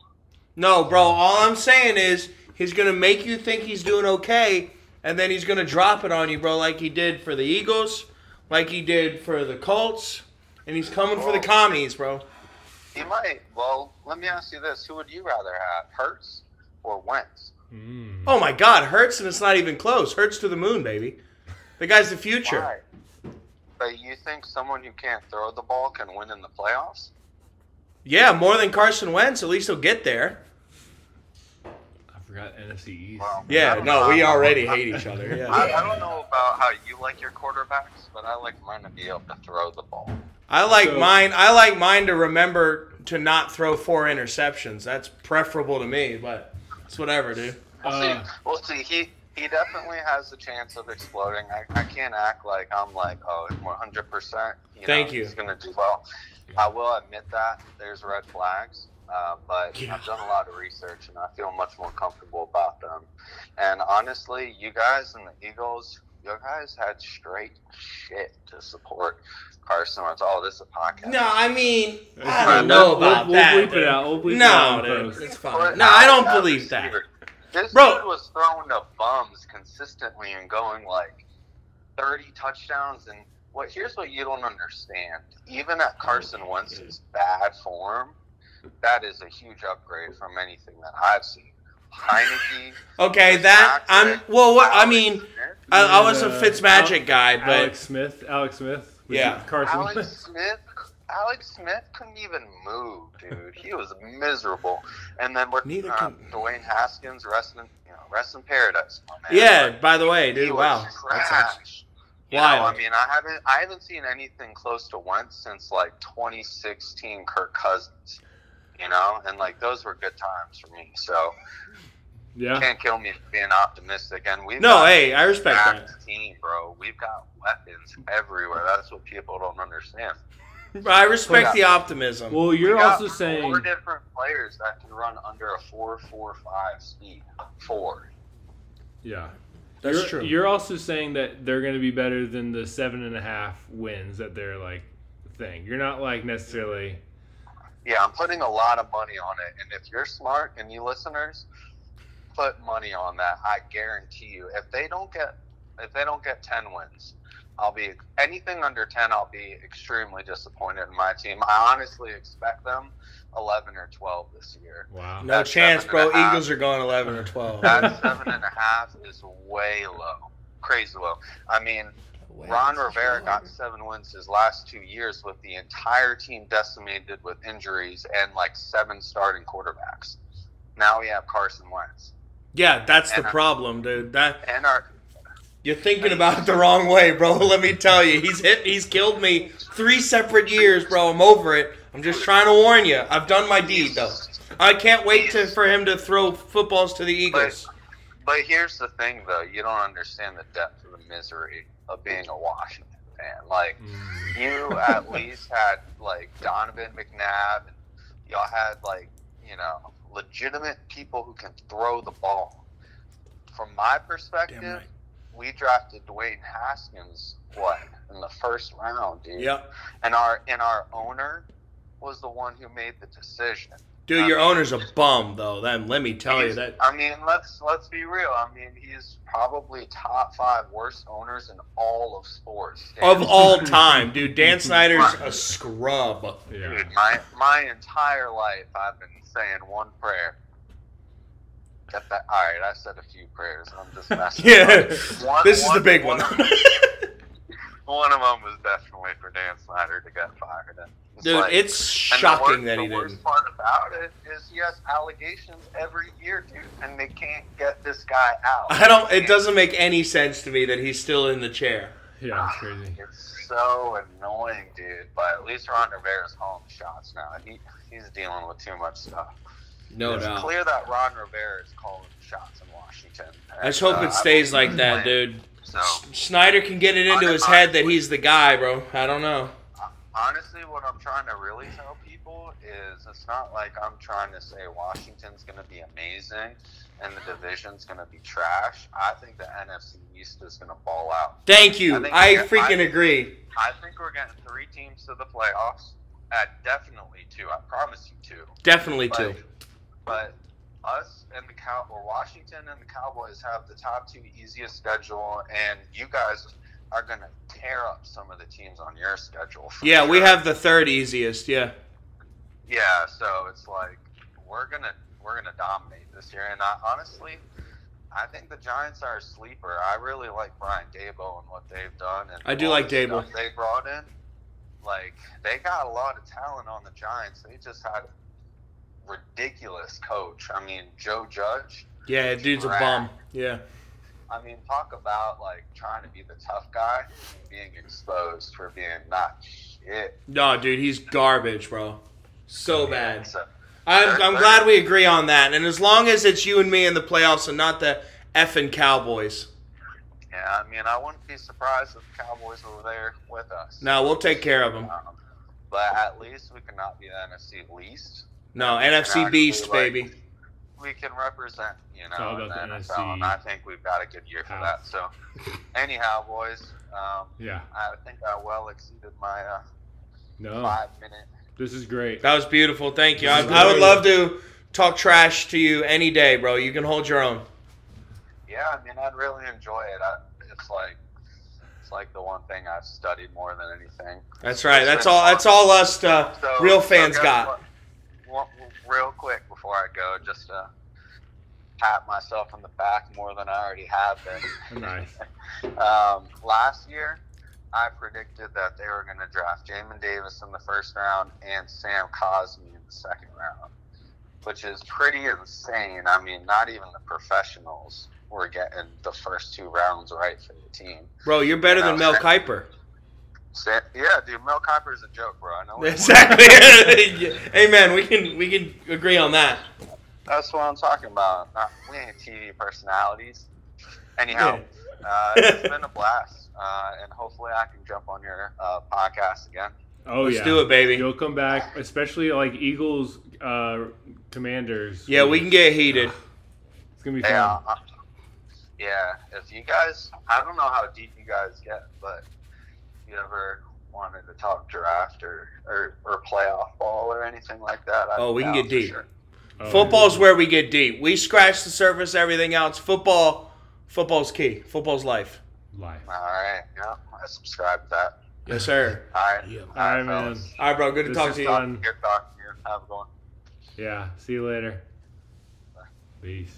B: No, bro. All I'm saying is he's gonna make you think he's doing okay, and then he's gonna drop it on you, bro, like he did for the Eagles, like he did for the Colts, and he's coming for the commies, bro.
H: You might. Well, let me ask you this: Who would you rather have, Hurts or Wentz?
C: Mm.
B: Oh my God, Hurts, and it's not even close. Hurts to the moon, baby. The guy's the future.
H: Why? But you think someone who can't throw the ball can win in the playoffs?
B: Yeah, more than Carson Wentz. At least he'll get there.
C: I forgot NFC East.
H: Well, I
B: Yeah,
H: don't
B: no,
H: know.
B: we already hate each other.
H: I,
B: Yeah.
H: I don't know about how you like your quarterbacks, but I like mine to be able to throw the ball.
B: I like
C: So-
B: mine. I like mine to remember to not throw four interceptions. That's preferable to me, but it's whatever, dude.
H: We'll
C: Uh.
H: see. We'll see. He he definitely has a chance of exploding. I, I can't act like I'm like oh 100. percent
B: Thank you.
H: He's gonna do well. I will admit that there's red flags, uh, but
B: Yeah.
H: I've done a lot of research and I feel much more comfortable about them. And honestly, you guys and the Eagles, you guys had straight shit to support Carson Wentz. Oh, this is a podcast.
B: No, I mean, I
C: Alright,
B: don't know
C: we'll- we'll-
B: about
C: we'll
B: that.
C: bleep it
B: dude.
C: out. We'll bleep it
B: no,
C: out in
B: dude,
C: post.
B: it's
H: But
B: fine. No, I don't
H: as a
B: believe that.
H: receiver, This
B: Bro.
H: dude was throwing to bums consistently and going like 30 touchdowns. And what here's what you don't understand: even at Carson Wentz's bad form, that is a huge upgrade from anything that I've seen. Heineke.
B: Okay, that I'm. Well, what I mean, I, I was a
C: Yeah.
B: Fitzmagic guy, but
C: uh, Alex Smith. Alex Smith. was
B: Yeah.
C: it Carson
H: Alex
C: Wentz?
H: Smith. Alex Smith couldn't even move, dude. He was miserable. And then with
B: Neither
H: uh,
B: can-
H: Dwayne Haskins, rest in, you know, rest in paradise. my man.
B: yeah. By the way,
H: He
B: dude,
H: was
B: wow,
H: trash. You know,
B: wild.
H: I mean, I haven't I haven't seen anything close to once since like 2016 Kirk Cousins. You know, and like those were good times for me. So
C: Yeah.
H: can't kill me for being optimistic. And we
B: No, hey, I respect that.
H: stacked team, bro. We've got weapons everywhere. That's what people don't understand.
B: I respect
H: Yeah.
B: the optimism.
C: Well, you're
H: We got
C: also saying
H: four different players that can run under a four four five speed. Four.
C: yeah.
B: That's
C: you're,
B: true.
C: You're also saying that they're going to be better than the seven and a half wins that they're like thing. You're not like necessarily.
H: Yeah, I'm putting a lot of money on it. And if you're smart and you listeners, put money on that. I guarantee you. If they don't get if they don't get ten wins, I'll be anything under ten I'll be extremely disappointed in my team. I honestly expect them eleven or twelve this year.
C: Wow.
B: no
H: that's
B: chance,
H: seven
B: bro.
H: and a half.
B: Eagles are going eleven or twelve.
H: That seven and a half is way low. Crazy low. I mean, Ron Rivera got seven wins his last two years with the entire team decimated with injuries and like seven starting quarterbacks. Now we have Carson Wentz.
B: Yeah, that's the
H: And I-
B: problem, dude. That
H: And our
B: you're thinking about it the wrong way, bro. Let me tell you, he's hit, he's killed me three separate years, bro. I'm over it. I'm just trying to warn you. I've done my deed, though. I can't wait to, for him to throw footballs to the Eagles.
H: but here's the thing though, you don't understand the depth of the misery of being a Washington fan. Like
C: Mm,
H: you at least had like Donovan McNabb and y'all had like, you know, legitimate people who can throw the ball. From my perspective,
B: Damn right.
H: we drafted Dwayne Haskins what in the first round, dude.
B: Yep.
H: And our and our owner was the one who made the decision.
B: Dude, your owner's a bum, though. Then let me tell you
H: He's-
B: that.
H: I mean, let's let's be real. I mean, he's probably top five worst owners in all of sports.
B: Of all time, dude, Dan Snyder's a scrub.
C: Yeah.
H: Dude, my my entire life, I've been saying one prayer. Get that. All right, I said a few prayers. I'm just messing.
B: Yeah,
H: One-
B: this is the big one.
H: One, one of them was definitely for Dan Snyder to get fired. And it's
B: Dude,
H: like-
B: it's
H: and the
B: shocking
H: worst-
B: that he
H: the
B: didn't.
H: worst part about it is he has allegations every year, dude, and they can't get this guy out.
B: I don't.
H: They
B: It
H: can't.
B: doesn't make any sense to me that he's still in the chair.
C: Yeah, it's crazy.
H: It's so annoying, dude. But at least Ron Rivera's calling the shots now. He he's dealing with too much stuff.
B: No
H: it's
B: doubt.
H: clear that Ron Rivera is calling the shots in Washington.
B: Let's hope
H: And, uh,
B: it stays
H: I
B: like
H: believe
B: that,
H: he's playing.
B: dude.
H: So
B: S- Snyder can get it into his head that he's the guy, bro. I don't know.
H: honestly, what I'm trying to really tell people is it's not like I'm trying to say Washington's going to be amazing and the division's going to be trash. I think the NFC East is going to ball out.
B: Thank you.
H: I think-
B: I
H: yeah,
B: freaking
H: I-
B: agree.
H: I think we're getting three teams to the playoffs. At definitely two. I promise you two.
B: Definitely
H: But-
B: too.
H: But us and the Cow, or Washington and the Cowboys have the top two easiest schedule, and you guys are going to tear up some of the teams on your schedule. for
B: Yeah, we
H: sure.
B: have the third easiest. Yeah.
H: Yeah, so it's like we're gonna we're gonna dominate this year, and I, honestly, I think the Giants are a sleeper. I really like Brian Dable and what they've done, and
B: I do
H: all
B: like
H: the
B: Dable.
H: stuff They brought in, like they got a lot of talent on the Giants. They just had a ridiculous coach. I mean, Joe Judge.
B: Yeah, dude's a bum. Yeah.
H: I mean, talk about like trying to be the tough guy and being exposed for being not shit.
B: No, dude, he's garbage, bro. So bad.
H: So,
B: I'm, I'm glad we agree on that. And as long as it's you and me in the playoffs and not the effing Cowboys.
H: Yeah, I mean, I wouldn't be surprised if the Cowboys were there with us.
B: No, we'll take care of them.
H: Um, but at least we can not be the NFC least.
B: No,
H: And
B: NFC
H: actually,
B: Beast,
H: like,
B: baby.
H: We can represent, you
C: all
H: know, in the
C: about the
H: NFL, and
C: NFC
H: I think we've got a good year for
C: South.
H: that. So, anyhow, boys, um,
C: Yeah.
H: I think I well exceeded my uh,
C: No,
H: five minute.
C: this is great.
B: That was beautiful. Thank you. I, I would love to talk trash to you any day, bro. You can hold your own.
H: Yeah, I mean, I'd really enjoy it. I, it's like it's like the one thing I've studied more than anything.
B: That's right. That's all. That's all us uh,
H: So,
B: real
H: so
B: fans
H: guess
B: got.
H: what? One- Real quick before I go, just to pat myself on the back more than I already have been.
C: Nice.
H: Um, last year, I predicted that they were going to draft Jamin Davis in the first round and Sam Cosmi in the second round, which is pretty insane. I mean, not even the professionals were getting the first two rounds right for the team.
B: Bro, you're better than Mel Kiper.
H: Sa yeah, dude, Mel Kiper is a joke, bro. I know. he-
B: Exactly. Amen. We can we can agree on that.
H: That's what I'm talking about. Not, we ain't TV personalities. Anyhow, uh, it's been a blast, uh, and hopefully I can jump on your uh, podcast again.
C: Oh
B: Let's
C: yeah.
B: do it, baby.
C: You'll come back, especially like Eagles, uh, Commanders.
B: Yeah, we can get heated.
C: Oh, It's gonna be fun.
H: Yeah, uh, yeah. If you guys, I don't know how deep you guys get, but you ever wanted to talk draft or or, or playoff ball or anything like that? I'd
B: Oh, we
H: be
B: can
H: down
B: get
H: for
B: deep.
H: sure.
C: Oh,
B: Football's where we get deep. We scratch the surface. Everything else, football, football's key. Football's life.
C: life.
H: All right. Yeah, I subscribe to that.
B: Yes, sir.
H: All right.
E: Yeah.
H: All
C: All right,
H: right,
C: man.
H: fellas.
B: All right, bro. Good to
C: This
B: talk
C: is
B: to you.
C: fun.
H: Good talking to you. Have a good one.
C: Yeah. See you later. Peace.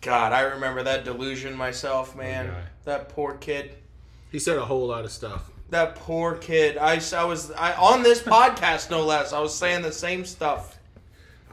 B: God, I remember that delusion myself, man.
C: Okay.
B: That poor kid.
E: He said a whole lot of stuff.
B: That poor kid. I, s- I was I, on this podcast, no less. I was saying the same stuff.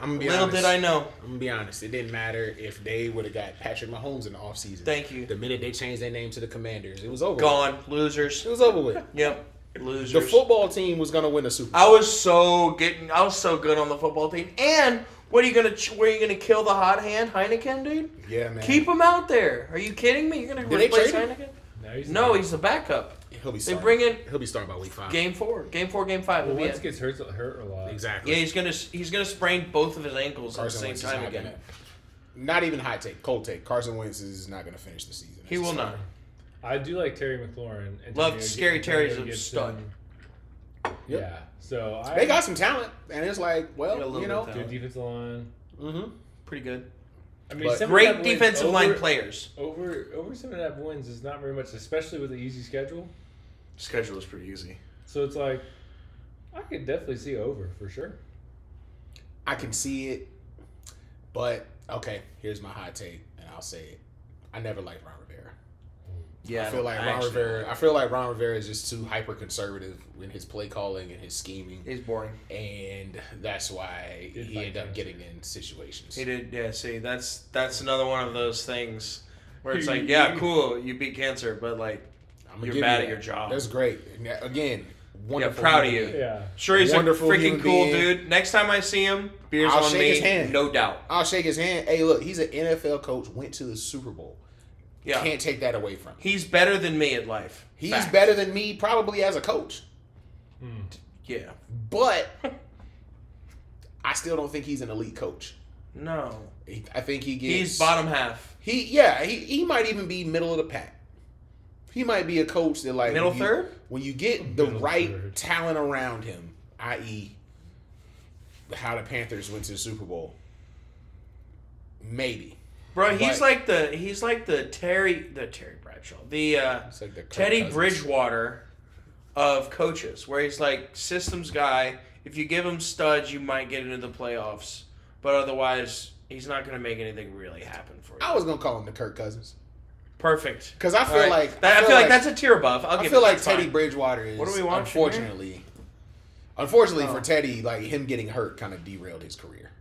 E: I'm gonna be
B: Little
E: honest.
B: did I know.
E: I'm gonna be honest. It didn't matter if they would have got Patrick Mahomes in the offseason.
B: Thank you.
E: The minute they changed their name to the Commanders, it was over. With.
B: Gone. Losers.
E: It was over with.
B: Yep.
E: The
B: Losers.
E: football team was gonna win a Super. Bowl.
B: I was so getting. I was so good on the football team. And what are you gonna? ch- Where are you gonna kill the hot hand Heineken, dude?
E: Yeah, man.
B: Keep him out there. Are you kidding me? You're gonna
E: Did they
B: replace
E: trade him?
B: Heineken?
C: No, he's
B: No, he's the backup.
E: He'll be.
B: They
E: starting.
B: bring in-
E: He'll be starting by week five.
B: Game four. Game four. Game five.
C: Well,
B: will be
C: once
B: it.
C: gets hurt, hurt a lot.
E: Exactly.
B: Yeah, he's gonna he's gonna sprain both of his ankles
E: Carson
B: at the
E: Wentz
B: same time
E: is not
B: again.
E: gonna- Not even high take, cold take. Carson Wentz is not going to finish the season.
B: He will not.
C: I do like Terry McLaurin.
B: Love-
C: Antonio-
B: Scary
C: Antonio
B: Terry's a
C: Gibson.
B: stud.
E: Yep.
C: Yeah. So I
E: They got some talent, and it's like,
J: Got a
E: well,
J: little
E: you
J: bit of
E: know,
J: talent.
C: good defensive line.
J: Mm-hmm. Pretty good.
C: I mean,
E: But-
C: some of
J: Great
C: that wins
J: defensive line
C: over-
J: players.
C: Over over seven and a half wins is not very much, especially with the easy schedule.
B: Schedule is pretty easy.
C: So it's like I could definitely see over for sure.
E: I can see it. But okay, here's my hot take, and I'll say it. I never liked Ron Rivera.
J: Yeah,
E: I feel like Ron Rivera. I feel like Ron Rivera is just too hyper conservative in his play calling and his scheming,
J: He's boring.
E: and that's why
C: Didn't
E: he
C: like
E: ended up
C: him.
E: getting in situations.
B: He did. Yeah. See, that's that's another one of those things where it's like,
C: You-
B: yeah,
C: you-
B: cool, you beat cancer, but like,
E: I'm gonna
B: You're
E: give
B: bad
E: you
B: at
E: that.
B: your job.
E: That's great. And that- Again, wonderful.
B: proud of
E: human
B: you.
E: being.
C: Yeah.
B: sure he's
E: Wonderful
B: a
E: human
B: freaking cool
E: being.
B: dude. Next time I see him, beers
E: I'll
B: on
E: shake
B: me,
E: his hand.
B: no doubt.
E: I'll shake his hand. Hey, look, he's an NFL coach. Went to the Super Bowl.
B: Yeah.
E: Can't take that away from him.
B: He's better than me at life.
E: He's
B: Fact.
E: better than me, probably as a coach.
C: Hmm.
B: Yeah.
E: But I still don't think he's an elite coach.
B: No.
E: He- I think he gets
B: He's bottom half.
E: He yeah, he, he might even be middle of the pack. He might be a coach that like
B: Middle
E: when you-
B: third?
E: when you get the
C: Middle
E: right
C: third.
E: talent around him, i.e., how the Panthers went to the Super Bowl. Maybe
B: Bro, he's
E: Right.
B: like the he's like the Terry the Terry Bradshaw. The uh
E: it's like the Kirk
B: Teddy
E: Cousins.
B: Bridgewater of coaches, where he's like systems guy. If you give him studs, you might get into the playoffs, but otherwise, he's not going to make anything really happen for you.
E: I was gonna call him the Kirk Cousins
B: Perfect.
E: because I
B: All
E: feel
B: right.
E: like
B: That- I feel, like, that's a tier above. I'll
E: I
B: give
E: feel
B: it-
E: like
B: it's
E: Teddy
B: fine.
E: Bridgewater is.
B: What are we watching
E: Unfortunately, unfortunately
B: Oh.
E: for Teddy, like him getting hurt kind of derailed his career.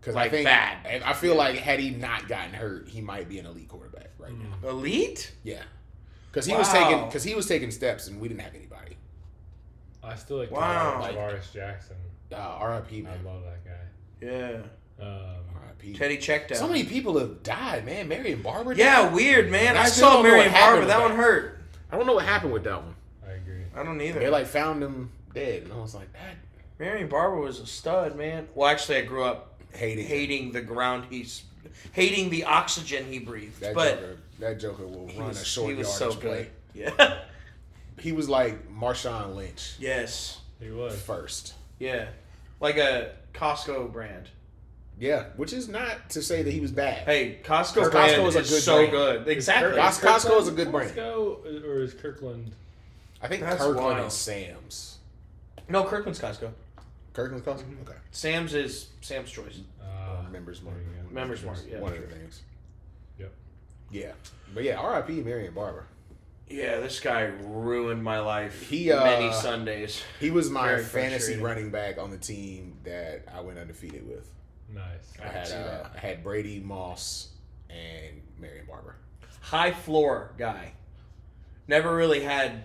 E: Because I
B: Like,
E: think
B: bad.
E: and I feel like had he not gotten hurt, he might be an elite quarterback right now.
B: elite.
E: Yeah, because he was
B: Mm-hmm. Wow.
E: taking because he was taking steps, and we didn't have anybody.
C: I still like
B: Wow.
C: Tavares Tavares Jackson.
E: Uh, RIP
C: I
E: man.
C: love that guy.
B: Yeah.
C: Um,
E: RIP.
B: Mm-hmm. Teddy checked out.
E: So many people have died, man. Marion Barber. died.
B: yeah, weird man.
E: I
B: I,
E: still
B: saw
E: don't know what
B: Marion Barber.
E: happened
B: That
E: with
B: one
E: that.
B: hurt.
E: I don't know what happened with that one.
C: I agree.
B: I don't either.
E: They like found him dead, and I was like, that
B: Marion Barber was a stud, man. Well, actually, I grew up
E: hated. him.
B: hating the ground he's, hating the oxygen he breathed.
E: That
B: but
E: Joker, that Joker will
B: he
E: run
B: was,
E: a short
B: he was
E: yardage
B: so good.
E: play.
B: Yeah.
E: He was like Marshawn Lynch
B: yes.
C: He was.
E: first.
B: Yeah. Like a Costco brand.
E: Yeah, which is not to say that he was bad.
B: Hey, Costco
E: Costco
B: brand
E: is
B: is,
E: a good
B: so
E: brand.
B: good. Exactly.
E: Costco-
C: Is Kirkland-
E: Costco is a good brand.
C: Costco or is Kirkland?
E: I think
B: That's
E: Kirkland
B: wild.
E: and Sam's.
B: No, Kirkland's Costco.
E: Kirkland's Costco?
B: Mm-hmm.
E: Okay.
B: Sam's is Sam's Choice.
C: Uh,
E: Members Mark.
C: there you go.
B: Members Mark. Yeah.
E: One of the things.
C: Yep.
E: Yeah. But yeah, R.I.P. Marion Barber.
B: Yeah, this guy ruined my life.
E: He, uh,
B: many Sundays.
E: He was my
B: Very
E: fantasy
B: frustrating.
E: running back on the team that I went undefeated with.
C: Nice.
E: I had
B: see
E: uh,
B: that.
E: I had Brady Moss and Marion Barber.
B: High floor guy. Never really had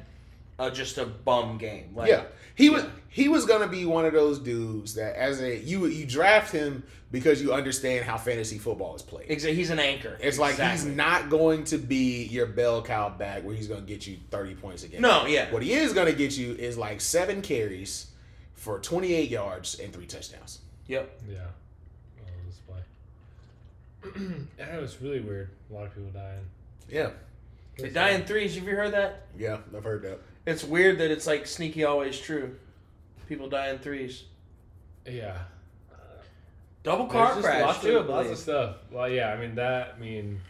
B: uh, just a bum game. Like,
E: yeah, he was he was gonna be one of those dudes that as a you you draft him because you understand how fantasy football is played.
B: Exa- he's an anchor.
E: It's like
B: Exactly.
E: he's not going to be your bell cow back where he's going to get you 30 points again.
B: No, yeah.
E: What he is going to get you is like seven carries for 28 yards and three touchdowns.
B: Yep.
C: Yeah. Oh, Well, this play. I know it's really weird. A lot of people dying.
E: Yeah.
B: They die in threes. Have you heard that?
E: Yeah, I've heard that.
B: It's weird that it's like sneaky always true. People die in threes.
C: Yeah.
B: Double
C: There's
B: car
C: just
B: crash
C: lots
B: too.
C: of,
B: I
C: lots of
B: believe.
C: stuff. Well, yeah. I mean that. I mean,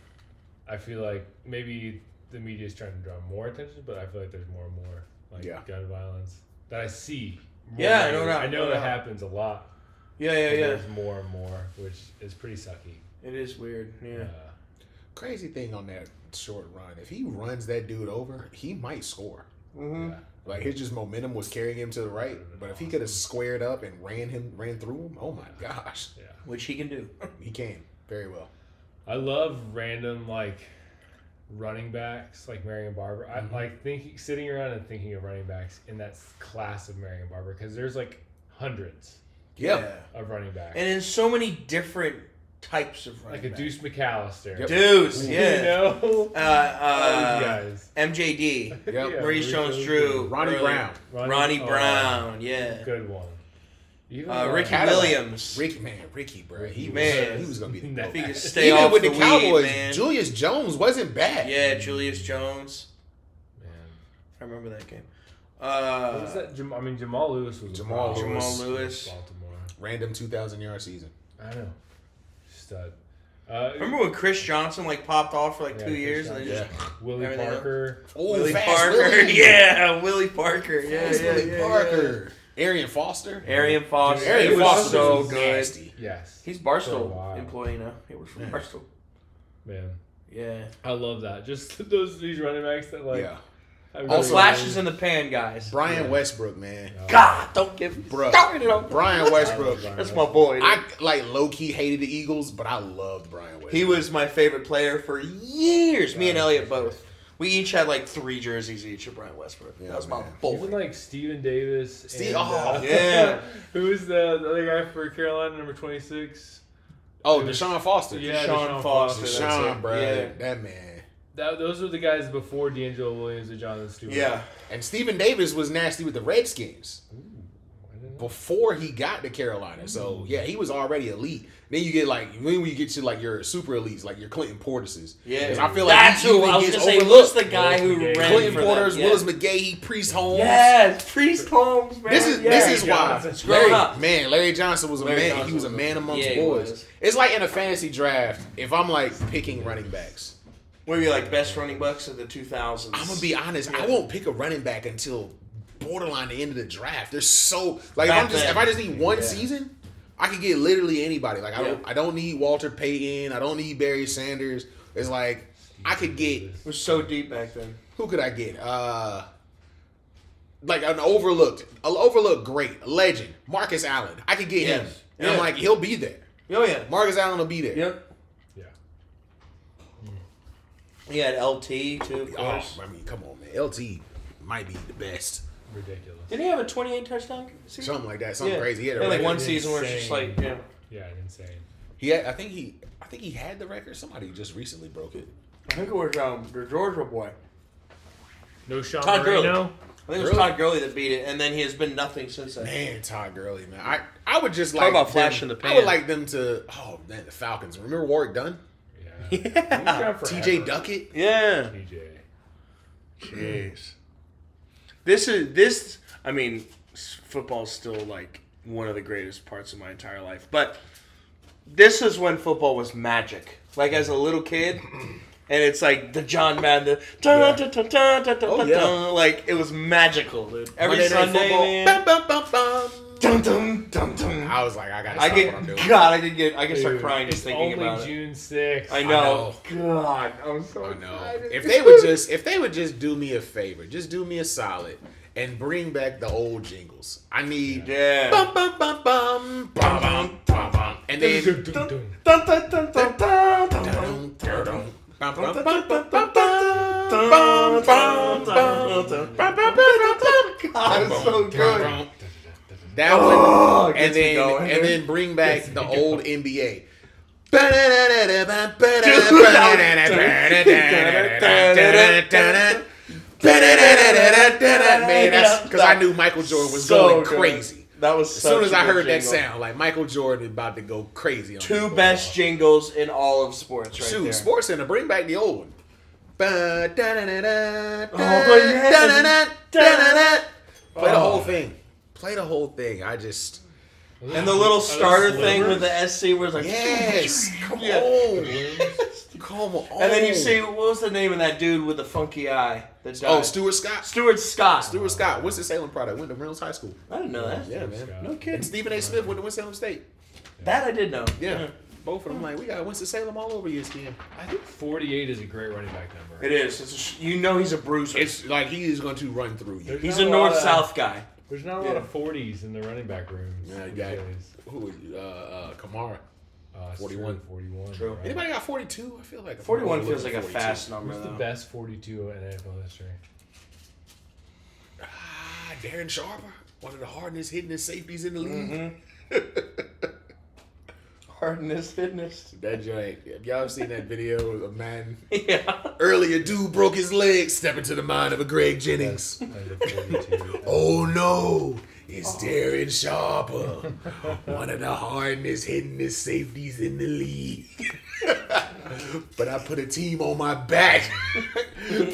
C: I feel like maybe the media is trying to draw more attention, but I feel like there's more and more like
E: Yeah.
C: gun violence that I see. more
B: Yeah,
C: regularly.
B: no doubt,
C: I know
B: no
C: that
B: doubt.
C: happens a lot.
B: Yeah, yeah,
C: but
B: yeah.
C: There's more and more, which is pretty sucky.
B: It is weird. Yeah.
C: Uh,
E: Crazy thing on that short run. If he runs that dude over, he might score.
B: Mm-hmm.
E: Like his just momentum was carrying him to the right, but if he could have squared up and ran him ran through him, oh my gosh.
B: Which he can do.
E: He can very well.
C: I love random like running backs like Marion Barber. I
E: Mhm.
B: Mm-hmm.
C: like thinking sitting around and thinking of running backs in that s- class of Marion Barber because there's like hundreds
E: Yeah.
C: of running backs.
B: And in so many different types of running
C: like a
B: back.
C: Deuce McAllister.
E: Yep.
B: Deuce, yeah.
C: You know?
B: Uh,
C: Those
B: uh,
C: guys.
B: MJD,
E: Yep.
C: Yeah,
B: Maurice Jones-Drew,
E: Ronnie
B: Early.
E: Brown.
B: Ronnie,
C: oh,
B: Brown, yeah.
C: Good one. Even,
B: Uh, Ricky
E: Cadillac.
B: Williams.
E: Ricky man, Ricky, bro. He
B: Man.
E: was he was gonna be the
C: Nah.
E: goat.
B: If he could stay
E: Even
B: off
E: with
B: the,
E: the,
B: weed,
E: Cowboys,
B: man.
E: Julius Jones wasn't bad.
B: yeah, Julius Jones.
C: Man.
B: I remember that game.
C: Who's
B: Uh,
C: that? Jam- I mean, Jamal Lewis was a
E: Jamal
C: problem.
B: Jamal
E: Lewis.
B: Lewis.
C: Baltimore.
E: Random 2,000 yard season.
C: I know. Stud. Uh,
B: Remember when Chris Johnson like popped off for like
C: Yeah,
B: two
C: Chris
B: years and they
C: Johnson.
B: just
C: Willie
B: Everything else?
C: Parker.
B: Willie
E: fast
B: Parker,
E: Willie.
B: yeah, Willie Parker, yeah,
E: Fast
B: yeah,
E: Willie
B: yeah,
E: Parker. Arian Foster.
B: yeah. Arian Foster,
C: Dude, Arian
B: he was
C: Foster
B: so
E: was
B: good.
E: nasty.
C: Yes.
B: He's
C: So
B: Barstool
C: wild.
B: employee now. He works for
E: Yeah.
B: Barstool.
C: Man,
B: Yeah.
C: I love that. Just those these running backs that like.
E: yeah.
C: I
B: All
C: really-
B: Oh, slashes in the pan, guys.
E: Brian Westbrook, man.
C: Oh,
B: God, don't give me
E: Bruh.
B: started on
E: Brian
C: I love
E: Westbrook.
C: Brian
B: That's my
C: Westbrook.
B: boy. dude.
E: I like low key hated the Eagles, but I loved Brian Westbrook.
B: he was my favorite player for years. Me and Elliot both. We each had like three jerseys each of Brian Westbrook.
E: Yeah,
B: that was my
E: man.
B: boy.
C: Even like Steven Davis. and,
E: Steve- oh,
C: uh,
B: yeah.
C: who's the, the other guy for Carolina, number 26?
E: Oh, Deshaun Foster.
C: Yeah,
B: Sean
C: Deshaun
B: Foster.
C: Foster.
B: that's
E: Deshaun,
B: it.
E: bro.
B: Yeah.
E: That man.
C: That, those were the guys before D'Angelo Williams and Jonathan Stewart.
B: Yeah.
E: And Stephen Davis was nasty with the Redskins
C: I didn't know.
E: before he got to Carolina.
B: Mm.
E: So yeah, he was already elite. Then you get like when we get to like your super elites, like your Clinton Portises.
B: Yeah.
E: 'Cause I feel like
B: That's
E: he
B: who
E: even
B: I was
E: gets
B: gonna say.
E: overlooked.
B: Who's the guy who
C: Clinton
B: ran
E: Clinton
B: for
E: Porters,
B: them? Yeah.
E: Willis McGahee, Priest Holmes.
B: Yes, Priest Holmes, man.
E: This is
B: yeah.
E: this is
C: Larry
E: why
C: Johnson. It's
B: grown
E: Larry,
B: up.
E: man. Larry Johnson was a
B: Larry
E: man.
B: Johnson
E: he was a
B: was a-
E: man amongst
B: yeah, he was.
E: boys. It's like in a fantasy draft. If I'm like picking running backs,
B: What were you like best running backs of the 2000s?
E: I'm gonna be honest. I won't pick a running back until borderline the end of the draft. There's so
B: Back
E: like if, I'm just,
B: then.
E: if I just need one
B: Yeah.
E: season, I could get literally anybody. Like I don't
B: Yeah.
E: I don't need Walter Payton. I don't need Barry Sanders. It's like I could get
B: It was so deep back then.
E: who could I get? Uh like an overlooked, an overlooked great, a legend, Marcus Allen. I could get him,
B: Yes.
E: and I'm
B: Yeah.
E: like, he'll be there.
B: Oh yeah.
E: Marcus Allen will be there.
B: Yep.
C: Yeah.
B: He had LT too, of
E: Oh,
B: course.
E: I mean, come on, man. LT might be the best.
C: Ridiculous.
B: Didn't he have a 28 touchdown season?
E: Something like that. Something
B: Yeah.
E: crazy. He had a
B: He had, like
E: record.
B: one season where it's just
C: Insane.
B: like, yeah.
C: Yeah, insane.
E: He had, I think he I think he had the record. Somebody just recently broke it.
B: I think it was um, the Georgia boy.
C: No Sean
B: Todd Gurley.
C: Marino.
B: I think it was
E: Really?
B: Todd Gurley that beat it, and then he has been nothing since then.
E: Man, Todd Gurley, man. I, I would just
B: Talk
E: like
B: about
E: them-
B: flashing the
E: I
B: pan.
E: would like them to oh man, the Falcons. Remember Warwick Dunn?
C: Yeah. He's around
E: TJ
C: forever.
E: Duckett?
B: Yeah.
C: TJ.
A: Jeez. This is this. I mean, s- football's still like one of the greatest parts of my entire life. But this is when football was magic. Like as a little kid, and it's like the John Madden, the da- da- da- da- da- da-
E: Oh,
A: da-
E: yeah.
A: da. like it was magical, dude. Every
E: Monday Night
A: Sunday,
E: Football.
A: man.
E: Bum, bum, bum, bum.
A: Dum, dum, dum, dum.
E: I was like, I gotta
B: I
E: stop what I'm
B: get
E: doing.
B: God. I could get. I could start
C: Dude,
B: crying just
C: it's
B: thinking
C: only
B: about it.
C: June 6th.
B: I
E: know.
B: know. God, I'm so.
E: I know.
B: excited.
E: If they would just if they would just do me a favor, just do me a solid and bring back the old jingles. I need
B: Yeah.
E: bum bum bum bum bum bum bum bum and then
C: Dun, dun, dun.
A: Dun, dun, dun, dun, dun, dun, dun.
E: Dun, dun, dun. Bum, bum, bum, bum, bum, bum, bum, bum, bum, bum, bum, bum, bum, bum.
B: God, it's so good.
E: Dun, dun. That one
B: Oh, it
E: and
B: gets me
E: then
B: going.
E: and then bring back the old NBA. Man, that's because I knew Michael Jordan was going
B: good.
E: crazy.
B: That was
E: As soon
B: such
E: as
B: a
E: I
B: good
E: heard that
B: jingle.
E: sound, like Michael Jordan about to go crazy. On
B: Two
E: this
B: best jingles in all of sports, right
E: Shoot,
B: there.
E: Sports Center, bring back the old one. Oh, Play the whole thing. Play the whole thing. I just
B: And the little
C: Are those
B: starter thing
C: slivers?
B: with the SC was like,
E: yes. Come
B: Yeah.
E: on, come on.
B: and then you see what was the name of that dude with the funky eye? That died?
E: oh Stuart Scott.
B: Stuart Scott.
E: Stuart Scott. What's the Salem product? Went to Reynolds High School.
B: I didn't know that.
E: Yeah, man.
B: No
E: And
B: kidding.
E: Stephen A. Smith went to Winston Salem State.
B: That I did know. Uh-huh.
E: Yeah. Both of them like we got Winston Salem all over E ESPN.
C: I think 48 is a great running back number.
B: It is. It's a sh- you know he's a bruiser.
E: It's like he is going to run through you.
C: There's
B: he's
C: not
B: a
C: lot of-
B: north south guy.
C: There's not a lot of 40s in the running back room.
E: Yeah, you got who is uh, uh, Kamara.
C: Uh,
E: 41.
C: 41.
B: True.
C: right?
E: Anybody got 42? I feel like I'm
B: 41
C: Oh,
E: looking
B: feels
E: for
B: like a
E: 42.
B: fast number,
C: Who's the
B: though.
C: best 42 in NFL history?
E: Ah, Darren Sharper, one of the hardest hitting and safeties in the league. Mm-hmm.
B: Hardness, fitness.
E: That joint. If y'all seen that video of a man
B: Yeah.
E: earlier, dude broke his leg stepping to the mind of a Greg Jennings.
C: Like a 42.
E: Oh no, it's Darren Sharper, one of the hardest hitting and safeties in the league. but I put a team on my back.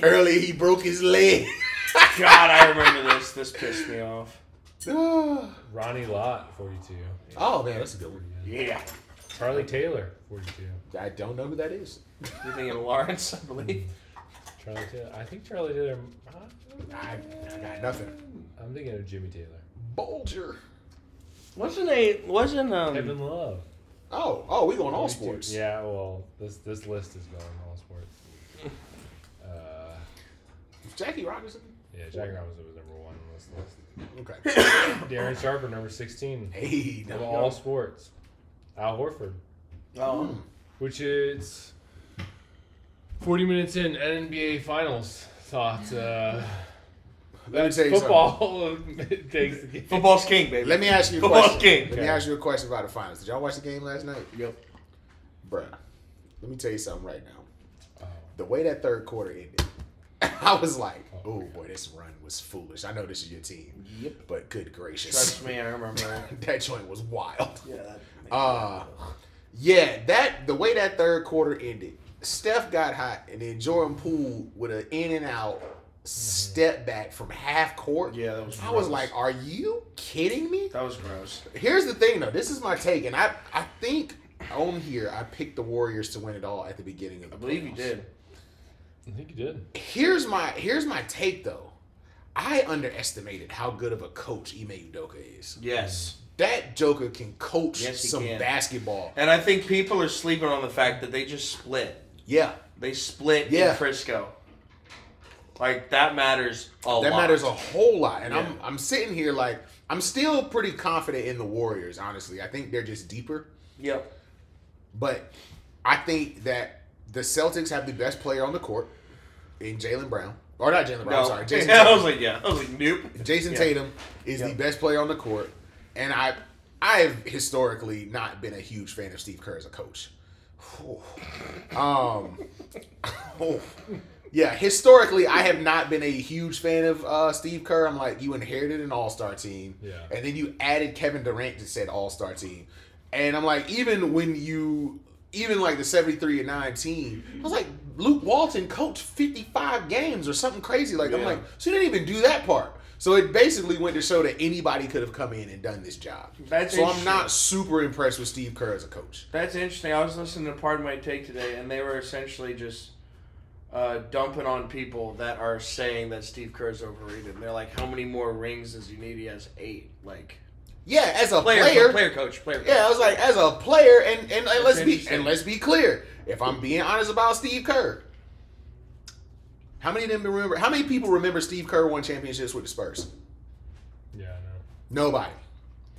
E: Earlier, he broke his leg.
A: God, I remember this. This pissed me off.
E: oh
C: Ronnie Lott, 42.
E: man, that's a good one.
A: Yeah.
C: Charlie Taylor, 42.
E: I don't know who that is.
A: You're thinking of Lawrence, I believe.
C: Charlie Taylor. I think Charlie Taylor. huh?
E: I, I got nothing.
C: I'm thinking of Jimmy Taylor.
E: Bulger.
A: Wasn't a wasn't um
C: Kevin Love.
E: Oh, oh, we going all
C: 42.
E: sports.
C: Yeah, well, this this list is going all sports. Uh,
E: Jackie Robinson.
C: yeah, Jack Robinson was number one on this list.
E: Okay.
C: Darren Sharper, number 16.
E: hey,
C: Of
E: now
C: all sports. Al Horford.
A: oh.
C: which is 40 minutes in NBA Finals. Thought uh,
E: Hmm. let me tell you
C: football takes the game.
A: Football's king, baby.
E: something. Let me ask you a
A: Football's
E: question.
A: king.
E: Let me
C: Okay.
E: ask you a question about the finals. Did y'all watch the game last night?
A: Yep.
E: Bruh, let me tell you something right now. The way that third quarter ended, I was like, oh boy, this run was foolish. I know this is your team. Yep. But good gracious.
A: Trust me, I remember that.
E: that joint was wild.
A: Yeah, that-
E: Uh yeah, that the way that third quarter ended, Steph got hot and then Jordan Poole with an in and out step back from half court.
A: Yeah, that was
E: I was
A: gross.
E: like, oh, are you kidding me?
A: that was gross.
E: Here's the thing though, this is my take, and I I think on here I picked the Warriors to win it all at the beginning of the
A: I believe you
E: playoffs.
A: did.
C: I think you did.
E: Here's my here's my take though. I underestimated how good of a coach Ime Udoka is.
A: Yes.
E: That Joker can coach
A: Yes, he
E: some
A: can.
E: basketball.
A: And I think people are sleeping on the fact that they just split.
E: Yeah,
A: They split
E: Yeah.
A: in Frisco. Like that matters a lot.
E: that matters a whole lot. And I'm
A: Yeah.
E: I'm sitting here like I'm still pretty confident in the Warriors. Honestly, I think they're just deeper.
A: Yep.
E: But I think that the Celtics have the best player on the court in Jalen Brown, or not Jalen Brown.
A: No.
E: I'm sorry, Jason.
A: I was
E: Tatum.
A: like, yeah. I was like, nope.
E: Jason
A: Yeah.
E: Tatum is
A: Yeah.
E: the best player on the court, and I I have historically not been a huge fan of Steve Kerr as a coach. Um, oh, yeah. Historically, I have not been a huge fan of uh, Steve Kerr. I'm like, you inherited an All Star team,
C: Yeah.
E: and then you added Kevin Durant to said All Star team, and I'm like, even when you, even like the '73 and nine team, I was like, Luke Walton coached 55 games or something crazy. Like, I'm
A: Yeah.
E: like, so you didn't even do that part. So it basically went to show that anybody could have come in and done this job.
A: That's
E: so I'm
A: interesting.
E: not super impressed with Steve Kerr as a coach.
A: That's interesting. I was listening to Pardon My Take today, and they were essentially just uh, dumping on people that are saying that Steve Kerr is overrated. And they're like, how many more rings does he need? He has eight. Like,
E: Yeah, as a
A: player,
E: player
A: player, coach, player coach.
E: Yeah, I was like, as a player, and and, and let's be
A: interesting.
E: and let's be clear. If I'm being honest about Steve Kerr, how many of them remember? How many people remember Steve Kerr won championships with the Spurs?
C: Yeah, I
E: Nobody.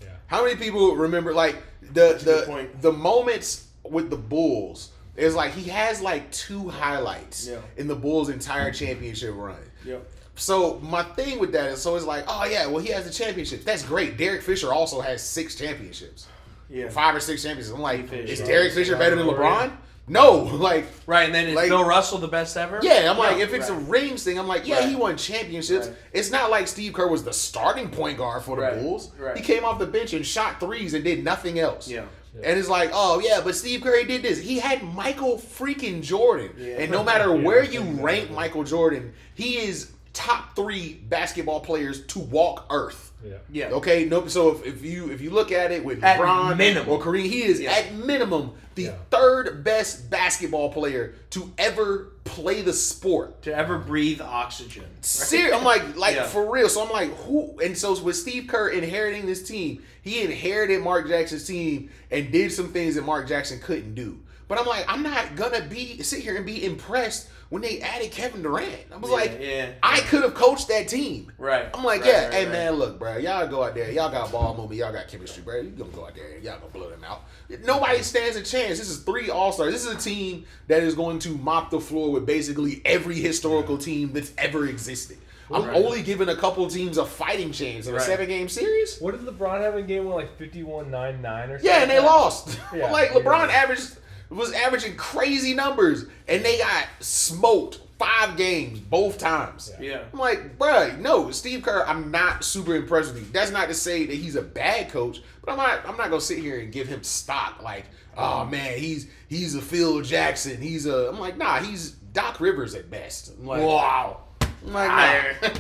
C: know. Yeah.
E: How many people remember like the
A: a good
E: the
A: point.
E: the moments with the Bulls? It's like he has like two highlights
A: Yeah.
E: in the Bulls' entire championship run.
A: Yep.
E: So my thing with that is, so it's like, oh yeah, well he has the championships. That's great. Derek Fisher also has six championships.
A: Yeah.
E: five or six championships. I'm like,
A: Fisher.
E: is Derek Fisher better than
C: Right.
E: LeBron? No, like,
A: Right, and then is
E: Like-
A: Bill Russell the best ever?
E: yeah, I'm like, if it's
A: right.
E: a rings thing, I'm like, yeah, he
A: Right.
E: won championships.
A: Right.
E: It's not like Steve Kerr was the starting point guard for the
A: Right.
E: Bulls.
A: Right.
E: He came off the bench and shot threes and did nothing else.
A: Yeah.
E: And it's like, oh yeah, but Steve Curry did this. He had Michael freaking Jordan,
A: Yeah.
E: and no matter
C: Yeah.
E: where you rank Michael Jordan, he is top three basketball players to walk Earth.
C: Yeah.
A: yeah.
E: Okay, nope. So if, if you if you look at it with
A: At
E: LeBron
A: minimum.
E: or Kareem, he is
A: Yeah.
E: at minimum the
C: Yeah.
E: third best basketball player to ever play the sport.
A: To ever breathe oxygen.
E: Ser- oh. I'm like like
A: Yeah.
E: for real. So I'm like who? And so with Steve Kerr inheriting this team, he inherited Mark Jackson's team and did some things that Mark Jackson couldn't do. But I'm like I'm not gonna be sit here and be impressed when they added Kevin Durant. I was
A: Yeah,
E: like
A: yeah.
E: I could have coached that team.
A: Right.
E: I'm like,
A: Right,
E: yeah,
A: right,
E: hey
A: right.
E: man, look, bro, y'all go out there, y'all got ball movement, y'all got chemistry, bro. You gonna go out there, and y'all gonna blow them out. Nobody stands a chance. This is three All Stars. This is a team that is going to mop the floor with basically every historical team that's ever existed. I'm
C: Right.
E: only giving a couple teams a fighting chance in a
A: Right.
E: seven game series.
C: What did LeBron have in game one? Like 51 9 9 or something?
E: Yeah, and they
C: like that?
E: lost.
C: Yeah.
E: like LeBron
C: Yeah.
E: averaged was averaging crazy numbers, and they got smoked five games both times.
A: Yeah.
E: I'm like, bruh, no, Steve Kerr, I'm not super impressed with you. That's not to say that he's a bad coach, but I'm not I'm not gonna sit here and give him stock like, oh man, he's he's a Phil Jackson, he's a I'm like, nah, he's Doc Rivers at best. I'm like,
A: Wow.
E: I'm like, nah.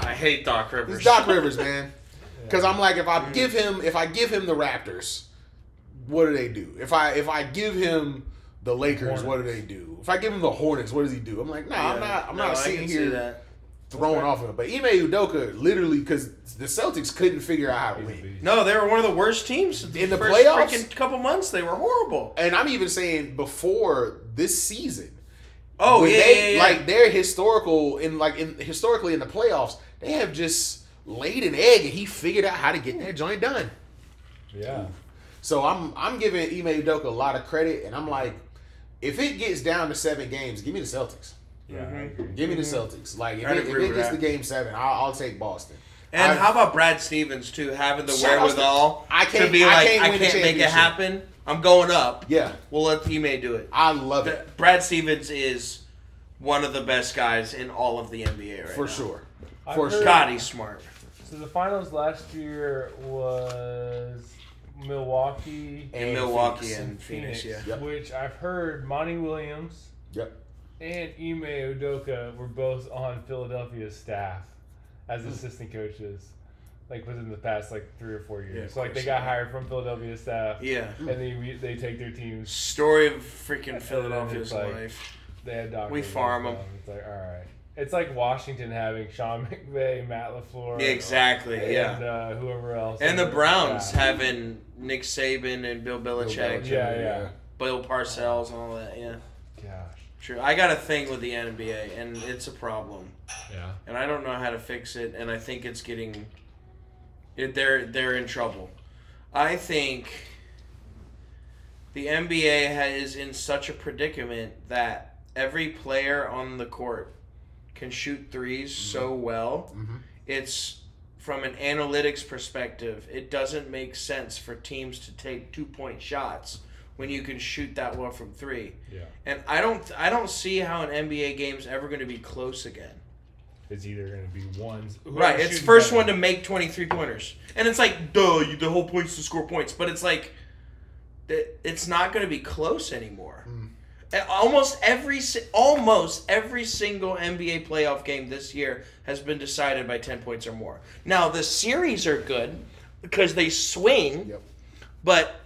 E: Nah,
B: I hate Doc
E: it's
B: Rivers.
E: Doc Rivers, man. Because I'm like, if I give
K: Mm.
E: him, if I give him the Raptors, what do they do? If I if I give him the Lakers, what do they do? If I give him the Hornets, what does he do? I'm like, nah, I'm not, I'm
K: No, I
E: not
K: can
E: sitting
K: see
E: here
K: that.
E: throwing off of him. But Ime Udoka literally, because the Celtics couldn't figure out how to win.
B: No, they were one of the worst teams
E: In the
B: first
E: playoffs?
B: freaking couple months. They were horrible.
E: And I'm even saying before this season,
B: Oh
E: when
B: yeah,
E: they,
B: yeah, yeah.
E: like they're historical in like in historically in the playoffs, they have just laid an egg, and he figured out how to get that joint done.
C: Yeah.
E: So I'm I'm giving Ime Udoka a lot of credit, and I'm like, if it gets down to seven games, give me the Celtics.
C: Yeah. I agree.
E: Give me the Celtics. Like if
B: Mm-hmm. I'd
E: it, if
B: agree
E: it
B: with
E: gets
B: that.
E: to game seven, I'll, I'll take Boston.
B: and
E: I-
B: how about Brad Stevens too, having the
E: Shout out
B: wherewithal
E: to- I
B: to
E: can't-
B: be
E: I
B: like,
E: can't
B: I
E: win
B: can't,
E: the
B: make it
E: championship."
B: happen. I'm going up.
E: Yeah,
B: We'll let he may do it.
E: I love it
B: Th- Brad Stevens is one of the best guys in all of the NBA right
E: for
B: now.
E: sure.
C: I've
E: For
C: heard-
E: sure.
B: God, he's smart.
C: So the finals last year was Milwaukee
B: In
E: And
B: Milwaukee
E: Phoenix.
B: and Phoenix, yeah.
E: Yep.
C: which I've heard Monty Williams
E: Yep.
C: and Ime Udoka were both on Philadelphia's staff as
B: Hmm.
C: assistant coaches, like within the past like three or four years.
B: Yeah, Hmm. of
C: so like they
B: course.
C: got hired from Philadelphia's staff,
B: Yeah.
C: and they re- they take their teams.
B: Story of freaking
C: it's
B: Philadelphia's
C: like-
B: life.
C: They had Doc.
B: We
C: Rivers,
B: farm 'em.
C: um, It's like all right. It's like Washington having Sean McVay, Matt Lafleur,
B: Yeah, exactly,
C: and
B: yeah.
C: uh, whoever else,
B: And the Browns
C: Yeah.
B: having Nick Saban and Bill Belichick,
E: Belichick.
C: Yeah, yeah.
B: Bill Parcells, and all that. Yeah,
C: Gosh.
B: true. I got a thing with the NBA, and it's a problem,
L: Yeah.
B: and I don't know how to fix it. And I think it's getting, it, they're they're in trouble. I think the NBA ha- is in such a predicament that every player on the court can shoot 3s so well.
E: Mhm.
B: It's from an analytics perspective, it doesn't make sense for teams to take two point shots when you can shoot that well from three.
L: Yeah.
B: And I don't, I don't see how an NBA game's ever going to be close again.
L: It's either going to be ones.
B: Right, it's first one to make 23 pointers. And it's like, duh, you, the whole point's to score points. But it's like, it- it's not going to be close anymore.
E: Hmm.
B: And Almost every, si- almost every single NBA playoff game this year has been decided by 10 points or more. Now the series are good because they swing,
E: Yep.
B: but,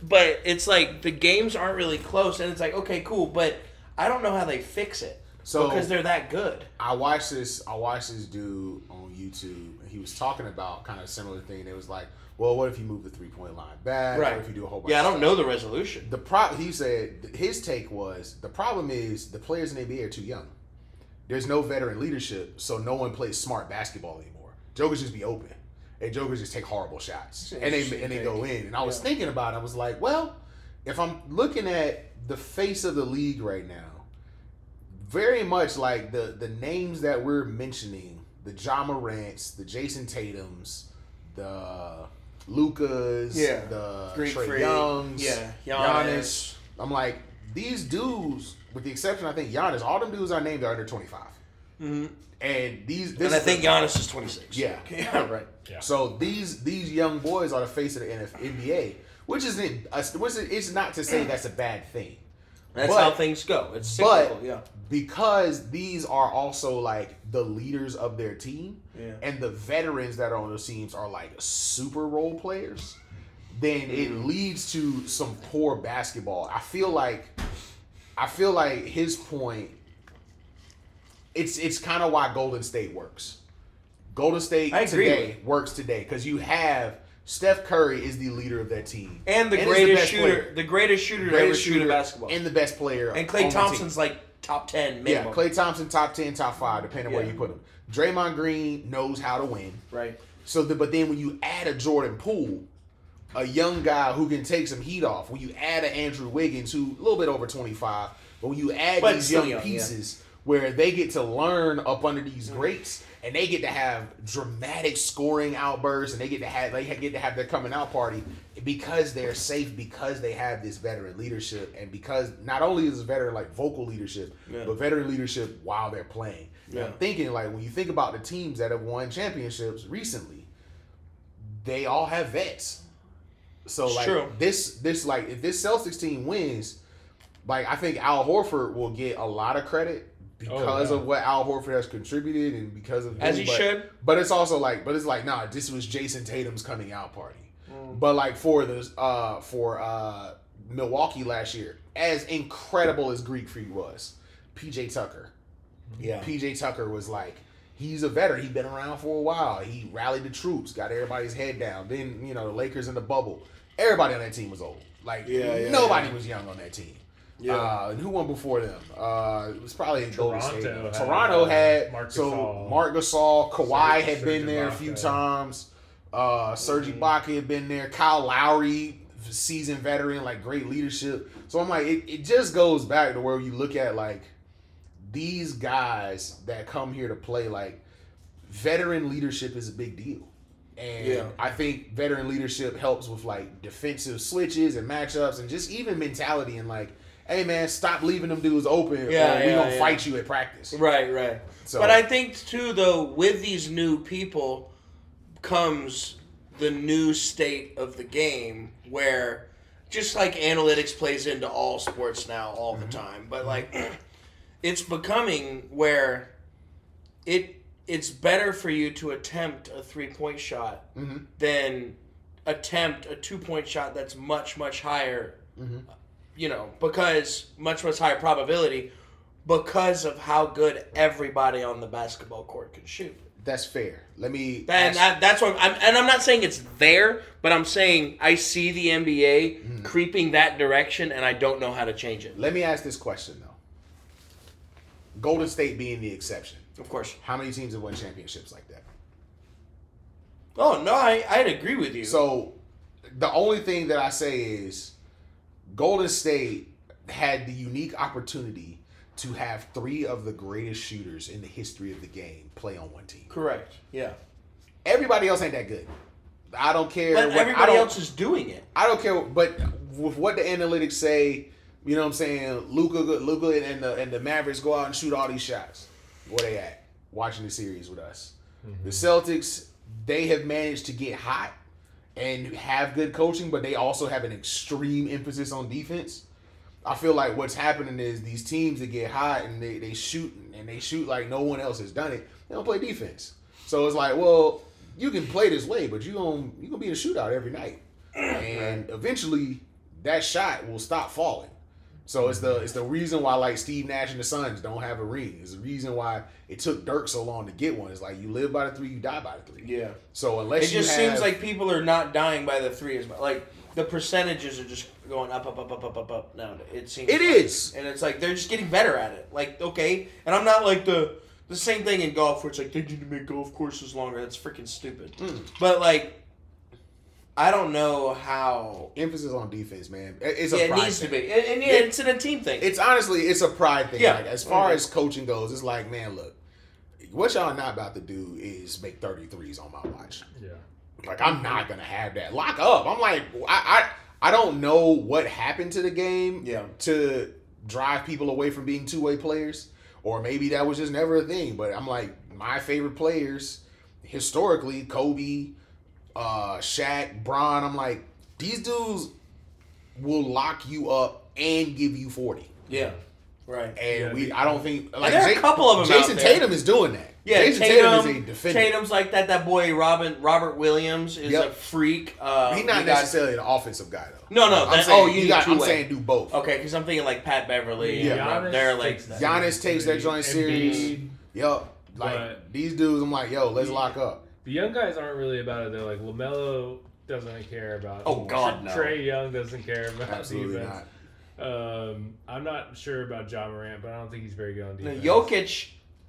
B: but it's like the games aren't really close. And it's like, okay, cool, but I don't know how they fix it
E: So
B: because they're that good.
E: I watched this. I watched this dude on YouTube, and he was talking about kind of similar thing. It was like, well, what if you move the three point line back?
B: Right.
E: What if you do a whole bunch?
B: Yeah, I
E: of
B: don't
E: stuff?
B: know the resolution.
E: The pro he said his take was the problem is the players in the NBA are too young. There's no veteran leadership, so no one plays smart basketball anymore. Jokers just be open, and jokers just take horrible shots, and they and they go in. And I was thinking about, it, I was like, well, if I'm looking at the face of the league right now, very much like the the names that we're mentioning, the John Morant's, the Jason Tatum's, the Lucas,
B: Yeah.
E: the
B: Greek
E: Trae
B: Freak.
E: Youngs,
B: Yeah, Uh, Giannis.
E: Giannis. I'm like these dudes, with the exception I think Giannis, all them dudes I named are under 25,
B: Mhm.
E: and these. This
B: And I
E: is
B: think
E: the-
B: Giannis is 26.
E: Yeah.
B: Yeah, right.
E: So these these young boys are the face of the NF NBA, which isn't uh, which is, it's not to say that's a bad thing.
B: That's
E: But-
B: how things go. It's
E: but-
B: cyclical, yeah.
E: because these are also like the leaders of their team
B: Yeah.
E: and the veterans that are on those teams are like super role players then it
B: Mm-hmm.
E: leads to some poor basketball i feel like i feel like his point it's it's kind of why golden state works golden state
B: I agree
E: today
B: with
E: works today because you have steph curry is the leader of that team
B: And the
E: is
B: greatest
E: best
B: shooter,
E: player.
B: the greatest shooter to ever
E: greatest
B: shoot a
E: shooter
B: basketball.
E: and
B: And,
E: the best player on
B: Clay
E: the team.
B: Thompson's like top 10 minimum.
E: Yeah, Clay Thompson, top ten, top five, depending on where
B: Yeah.
E: you put him. Draymond Green knows how to win.
B: Right.
E: So, the, but then when you add a Jordan Poole, a young guy who can take some heat off, when you add an Andrew Wiggins, who a little bit over twenty five, but when you add
B: But
E: these
B: still
E: young
B: young, yeah. Mm-hmm.
E: pieces where they get to learn up under these greats and they get to have dramatic scoring outbursts and they get to have they get to have their coming out party because they're safe because they have this veteran leadership and because not only is it veteran like vocal leadership
B: Yeah.
E: but veteran leadership while they're playing. And I'm
B: Yeah.
E: thinking like when you think about the teams that have won championships recently, they all have vets. So
B: It's
E: like
B: true.
E: this this like if this Celtics team wins, like I think Al Horford will get a lot of credit, because
C: yeah.
E: of what Al Horford has contributed and because of
B: Oh, As
E: him,
B: he
E: but,
B: should.
E: But it's also like, but it's like, nah, this was Jason Tatum's coming out party.
B: Mm.
E: But like for the uh for uh Milwaukee last year, as incredible as Greek Freak was, PJ Tucker.
B: Yeah.
E: PJ Tucker was like, he's a veteran. He'd been around for a while. He rallied the troops, got everybody's head down. Then, you know, the Lakers in the bubble. Everybody on that team was old. Like,
B: Yeah, yeah,
E: nobody was young on that team.
B: Yeah.
E: Uh, and who won before them? Uh, it was probably in Golden State.
C: Toronto had, uh,
E: Toronto had
C: Marc
E: so
C: Gasol.
E: Mark Gasol, Kawhi
C: Serge-
E: had been
C: Serge
E: there a few
C: Ibaka.
E: times. Uh, Serge
B: Mm-hmm.
E: Ibaka had been there. Kyle Lowry, seasoned veteran, like great leadership. So I'm like, it, it just goes back to where you look at like these guys that come here to play. Like veteran leadership is a big deal. And
B: Yeah.
E: I think veteran leadership helps with like defensive switches and matchups and just even mentality and like, hey man, stop leaving them dudes open
B: Yeah,
E: or we
B: yeah,
E: gonna
B: yeah.
E: fight you at practice.
B: Right, right.
E: So
B: But I think too, though, with these new people comes the new state of the game where just like analytics plays into all sports now all the time, but like it's becoming where it it's better for you to attempt a three point shot
E: Mhm.
B: than attempt a two point shot that's much much higher you know, because much much higher probability because of how good everybody on the basketball court can shoot.
E: that's fair. Let me
B: And
E: ask-
B: that, that's what I'm, and I'm not saying it's there, but I'm saying I see the NBA creeping that direction, and I don't know how to change it.
E: let me ask this question though. Golden State being the exception.
B: Of course.
E: How many teams have won championships like that?
B: Oh no, I I'd agree with you.
E: So the only thing that I say is Golden State had the unique opportunity to have three of the greatest shooters in the history of the game play on one team.
B: correct. Yeah.
E: Everybody else ain't that good. I don't care.
B: But
E: what- I
B: everybody
E: don't,
B: else is doing it.
E: I don't care. But with what the analytics say, you know what I'm saying. Luca, Luca, and the and the Mavericks go out and shoot all these shots. Where they at? Watching the series with us. The Celtics, they have managed to get hot and have good coaching, but they also have an extreme emphasis on defense. I feel like what's happening is these teams that get hot and they, they shoot and they shoot like no one else has done it. They don't play defense, so it's like, well, you can play this way, but you gonna you gonna be in a shootout every night, and eventually that shot will stop falling. So it's the it's the reason why like Steve Nash and the Suns don't have a ring. It's the reason why it took Dirk so long to get one. It's like you live by the three, you die by the three.
B: Yeah.
E: So unless
B: It just
E: you have,
B: seems like people are not dying by the three as much. Like the percentages are just going up, up, up, up, up, up, up. Now it seems
E: It is.
B: and it's like they're just getting better at it. Like okay, and I'm not like the the same thing in golf where it's like they need to make golf courses longer. That's freaking stupid.
E: Hmm.
B: But like, I don't know how
E: emphasis on defense, man. It- It's a
B: yeah, it
E: pride
B: needs
E: thing.
B: to be. And, and yeah,
E: It-
B: it's in a team thing.
E: It's honestly, it's a pride thing.
B: Yeah. Mm-hmm.
E: Like, as far as coaching goes, it's like, man, look, what y'all not about to do is make 33s on my watch.
C: Yeah.
E: Like, I'm not going to have that. Lock up. I'm like, I, I, I don't know what happened to the game
B: Yeah.
E: to drive people away from being two way players, or maybe that was just never a thing. But I'm like, my favorite players historically, Kobe, uh, Shaq, Bron. I'm like, these dudes will lock you up and give you 40.
B: yeah, right.
E: And
C: Yeah,
E: we, I don't think like
B: there are a couple of 'em out
E: Jason
B: there.
E: Tatum is doing that.
B: Yeah,
E: Jason
B: Tatum,
E: Tatum is a defender.
B: Tatum's like that. That boy Robin Robert Williams is
E: Yep.
B: a freak. Uh,
E: He's not
B: we got-
E: necessarily an offensive guy though.
B: No, no.
E: I'm
B: that-
E: saying,
B: oh, you, need
E: got,
B: two
E: I'm
B: way.
E: saying do both.
B: Okay, because I'm thinking like Pat Beverly.
E: Yeah.
B: Yeah, and they're like.
C: takes
B: that.
E: Giannis takes that joint serious.
C: Embiid.
E: Yep. Like
C: But-
E: these dudes, I'm like, yo, let's lock up.
C: The young guys aren't really about it. They're like Lamelo doesn't care about.
B: Oh, God, no.
C: Trey Young doesn't care about
E: Absolutely
C: defense. Um, I'm not sure about John Morant, but I don't think he's very good on
B: No,
C: defense.
B: Jokic,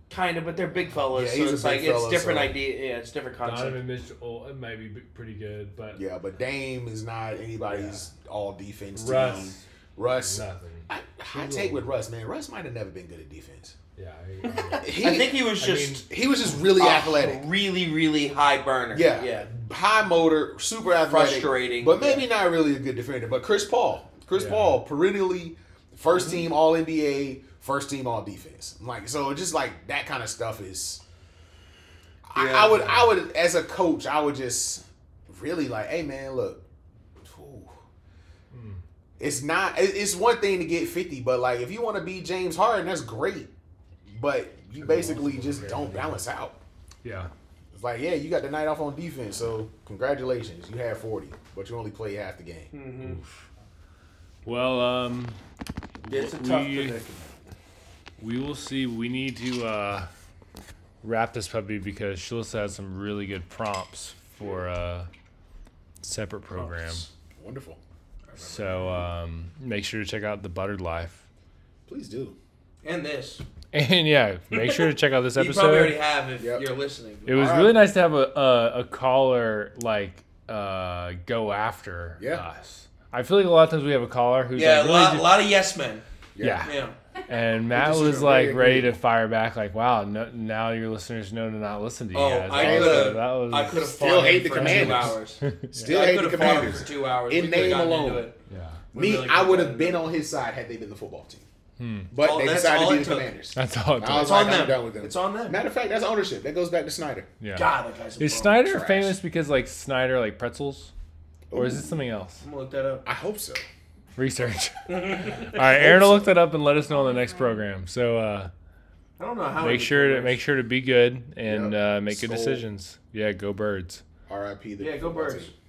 B: kind of, but they're big fellas,
E: Yeah,
B: so
E: he's a
B: it's
E: big
B: like
E: fella,
B: it's different
E: so-
B: idea. Yeah, it's different concept.
C: Donovan Mitchell it might be b- pretty good, but
E: not. Yeah, but Dame is not anybody's all defense team.
C: Russ,
E: Russ,
C: nothing.
E: I, I take with Russ, man. Russ might have never been good at defense.
C: Yeah, I,
E: He,
B: I think he Oh. was
C: I
B: just
E: he was just really
B: a
E: athletic.
B: really, really high burner.
E: Yeah.
B: yeah.
E: High motor, super athletic.
B: Frustrating.
E: But maybe not really a good defender. But Chris Paul. Chris
C: Yeah.
E: Paul, perennially
B: Mm-hmm.
E: first team all NBA, first team all defense. Like so just like that kind of stuff is I, I would I would as a coach, I would just really like, hey man, look. Ooh. It's not it- it's one thing to get 50, but like if you want to be James Harden, that's great. But you basically just don't balance out.
C: Yeah.
E: It's like, yeah, you got the night off on defense, so congratulations, you had 40, but you only played half the
B: Hmm.
E: game.
C: Well, um,
B: It's a
C: We-
B: tough predicament.
C: we will see. We need to uh, wrap this puppy because Shulsa has some really good prompts for a separate program.
E: Wonderful.
C: So um, make sure to check out the Buttered Life.
E: Please do.
B: And this.
C: And yeah, make sure to check out this
B: You probably
C: episode.
B: already have if
E: Yep.
B: you're listening.
C: It was
E: All right.
C: really nice to have a a, a caller like uh, go after
E: Yeah.
C: us. I feel like a lot of times we have a caller who's
B: yeah,
C: like
B: a
C: really
B: lot,
C: ju-
B: lot of yes men.
C: yeah.
B: Yeah.
C: And Matt
E: just
C: was
E: are
C: like
E: very
C: ready to fire back, like, "Wow, no, now your listeners know to not listen to you
B: Oh,
C: guys."
B: I
C: That was-
B: could've-
C: That was
B: I could have
E: Still
B: fought
E: hate
B: him
E: the
B: for two
E: Commanders.
B: hours.
E: Still
B: I
E: hate the
B: could have fought him
E: commanders.
B: for two hours.
E: In
B: We could've
E: name
B: gotten
E: alone.
B: into it.
C: yeah.
B: We
E: Me,
B: really
E: I
B: could've
E: would
B: gotten
E: have been
B: into it.
E: on his side had they been the football team. But
C: Hmm.
B: Oh,
E: they
B: that's
E: decided
B: all
E: to
B: it
E: be the
B: took.
E: commanders.
C: That's all. It
E: I
C: took.
E: was
B: It's on
E: like, I'm
B: them.
E: done with them.
B: It's on them.
E: Matter of fact, that's ownership. That goes back to Snyder.
C: yeah.
B: God, that guy's a
C: Is
B: bum.
C: Snyder
E: trash.
C: famous because like Snyder like pretzels, or is it something else?
B: I'm gonna look that up.
E: I hope so.
C: Research. all right, Aaron will look that up and let us know on the next program. So uh,
B: I don't know how.
C: make
B: he
C: sure to
B: did
C: make sure to be good and
E: Yep.
C: uh, make good
E: Sold.
C: decisions. Yeah, go birds.
E: R.I.P. the
B: Yeah, go
E: football
B: Birds.
E: team.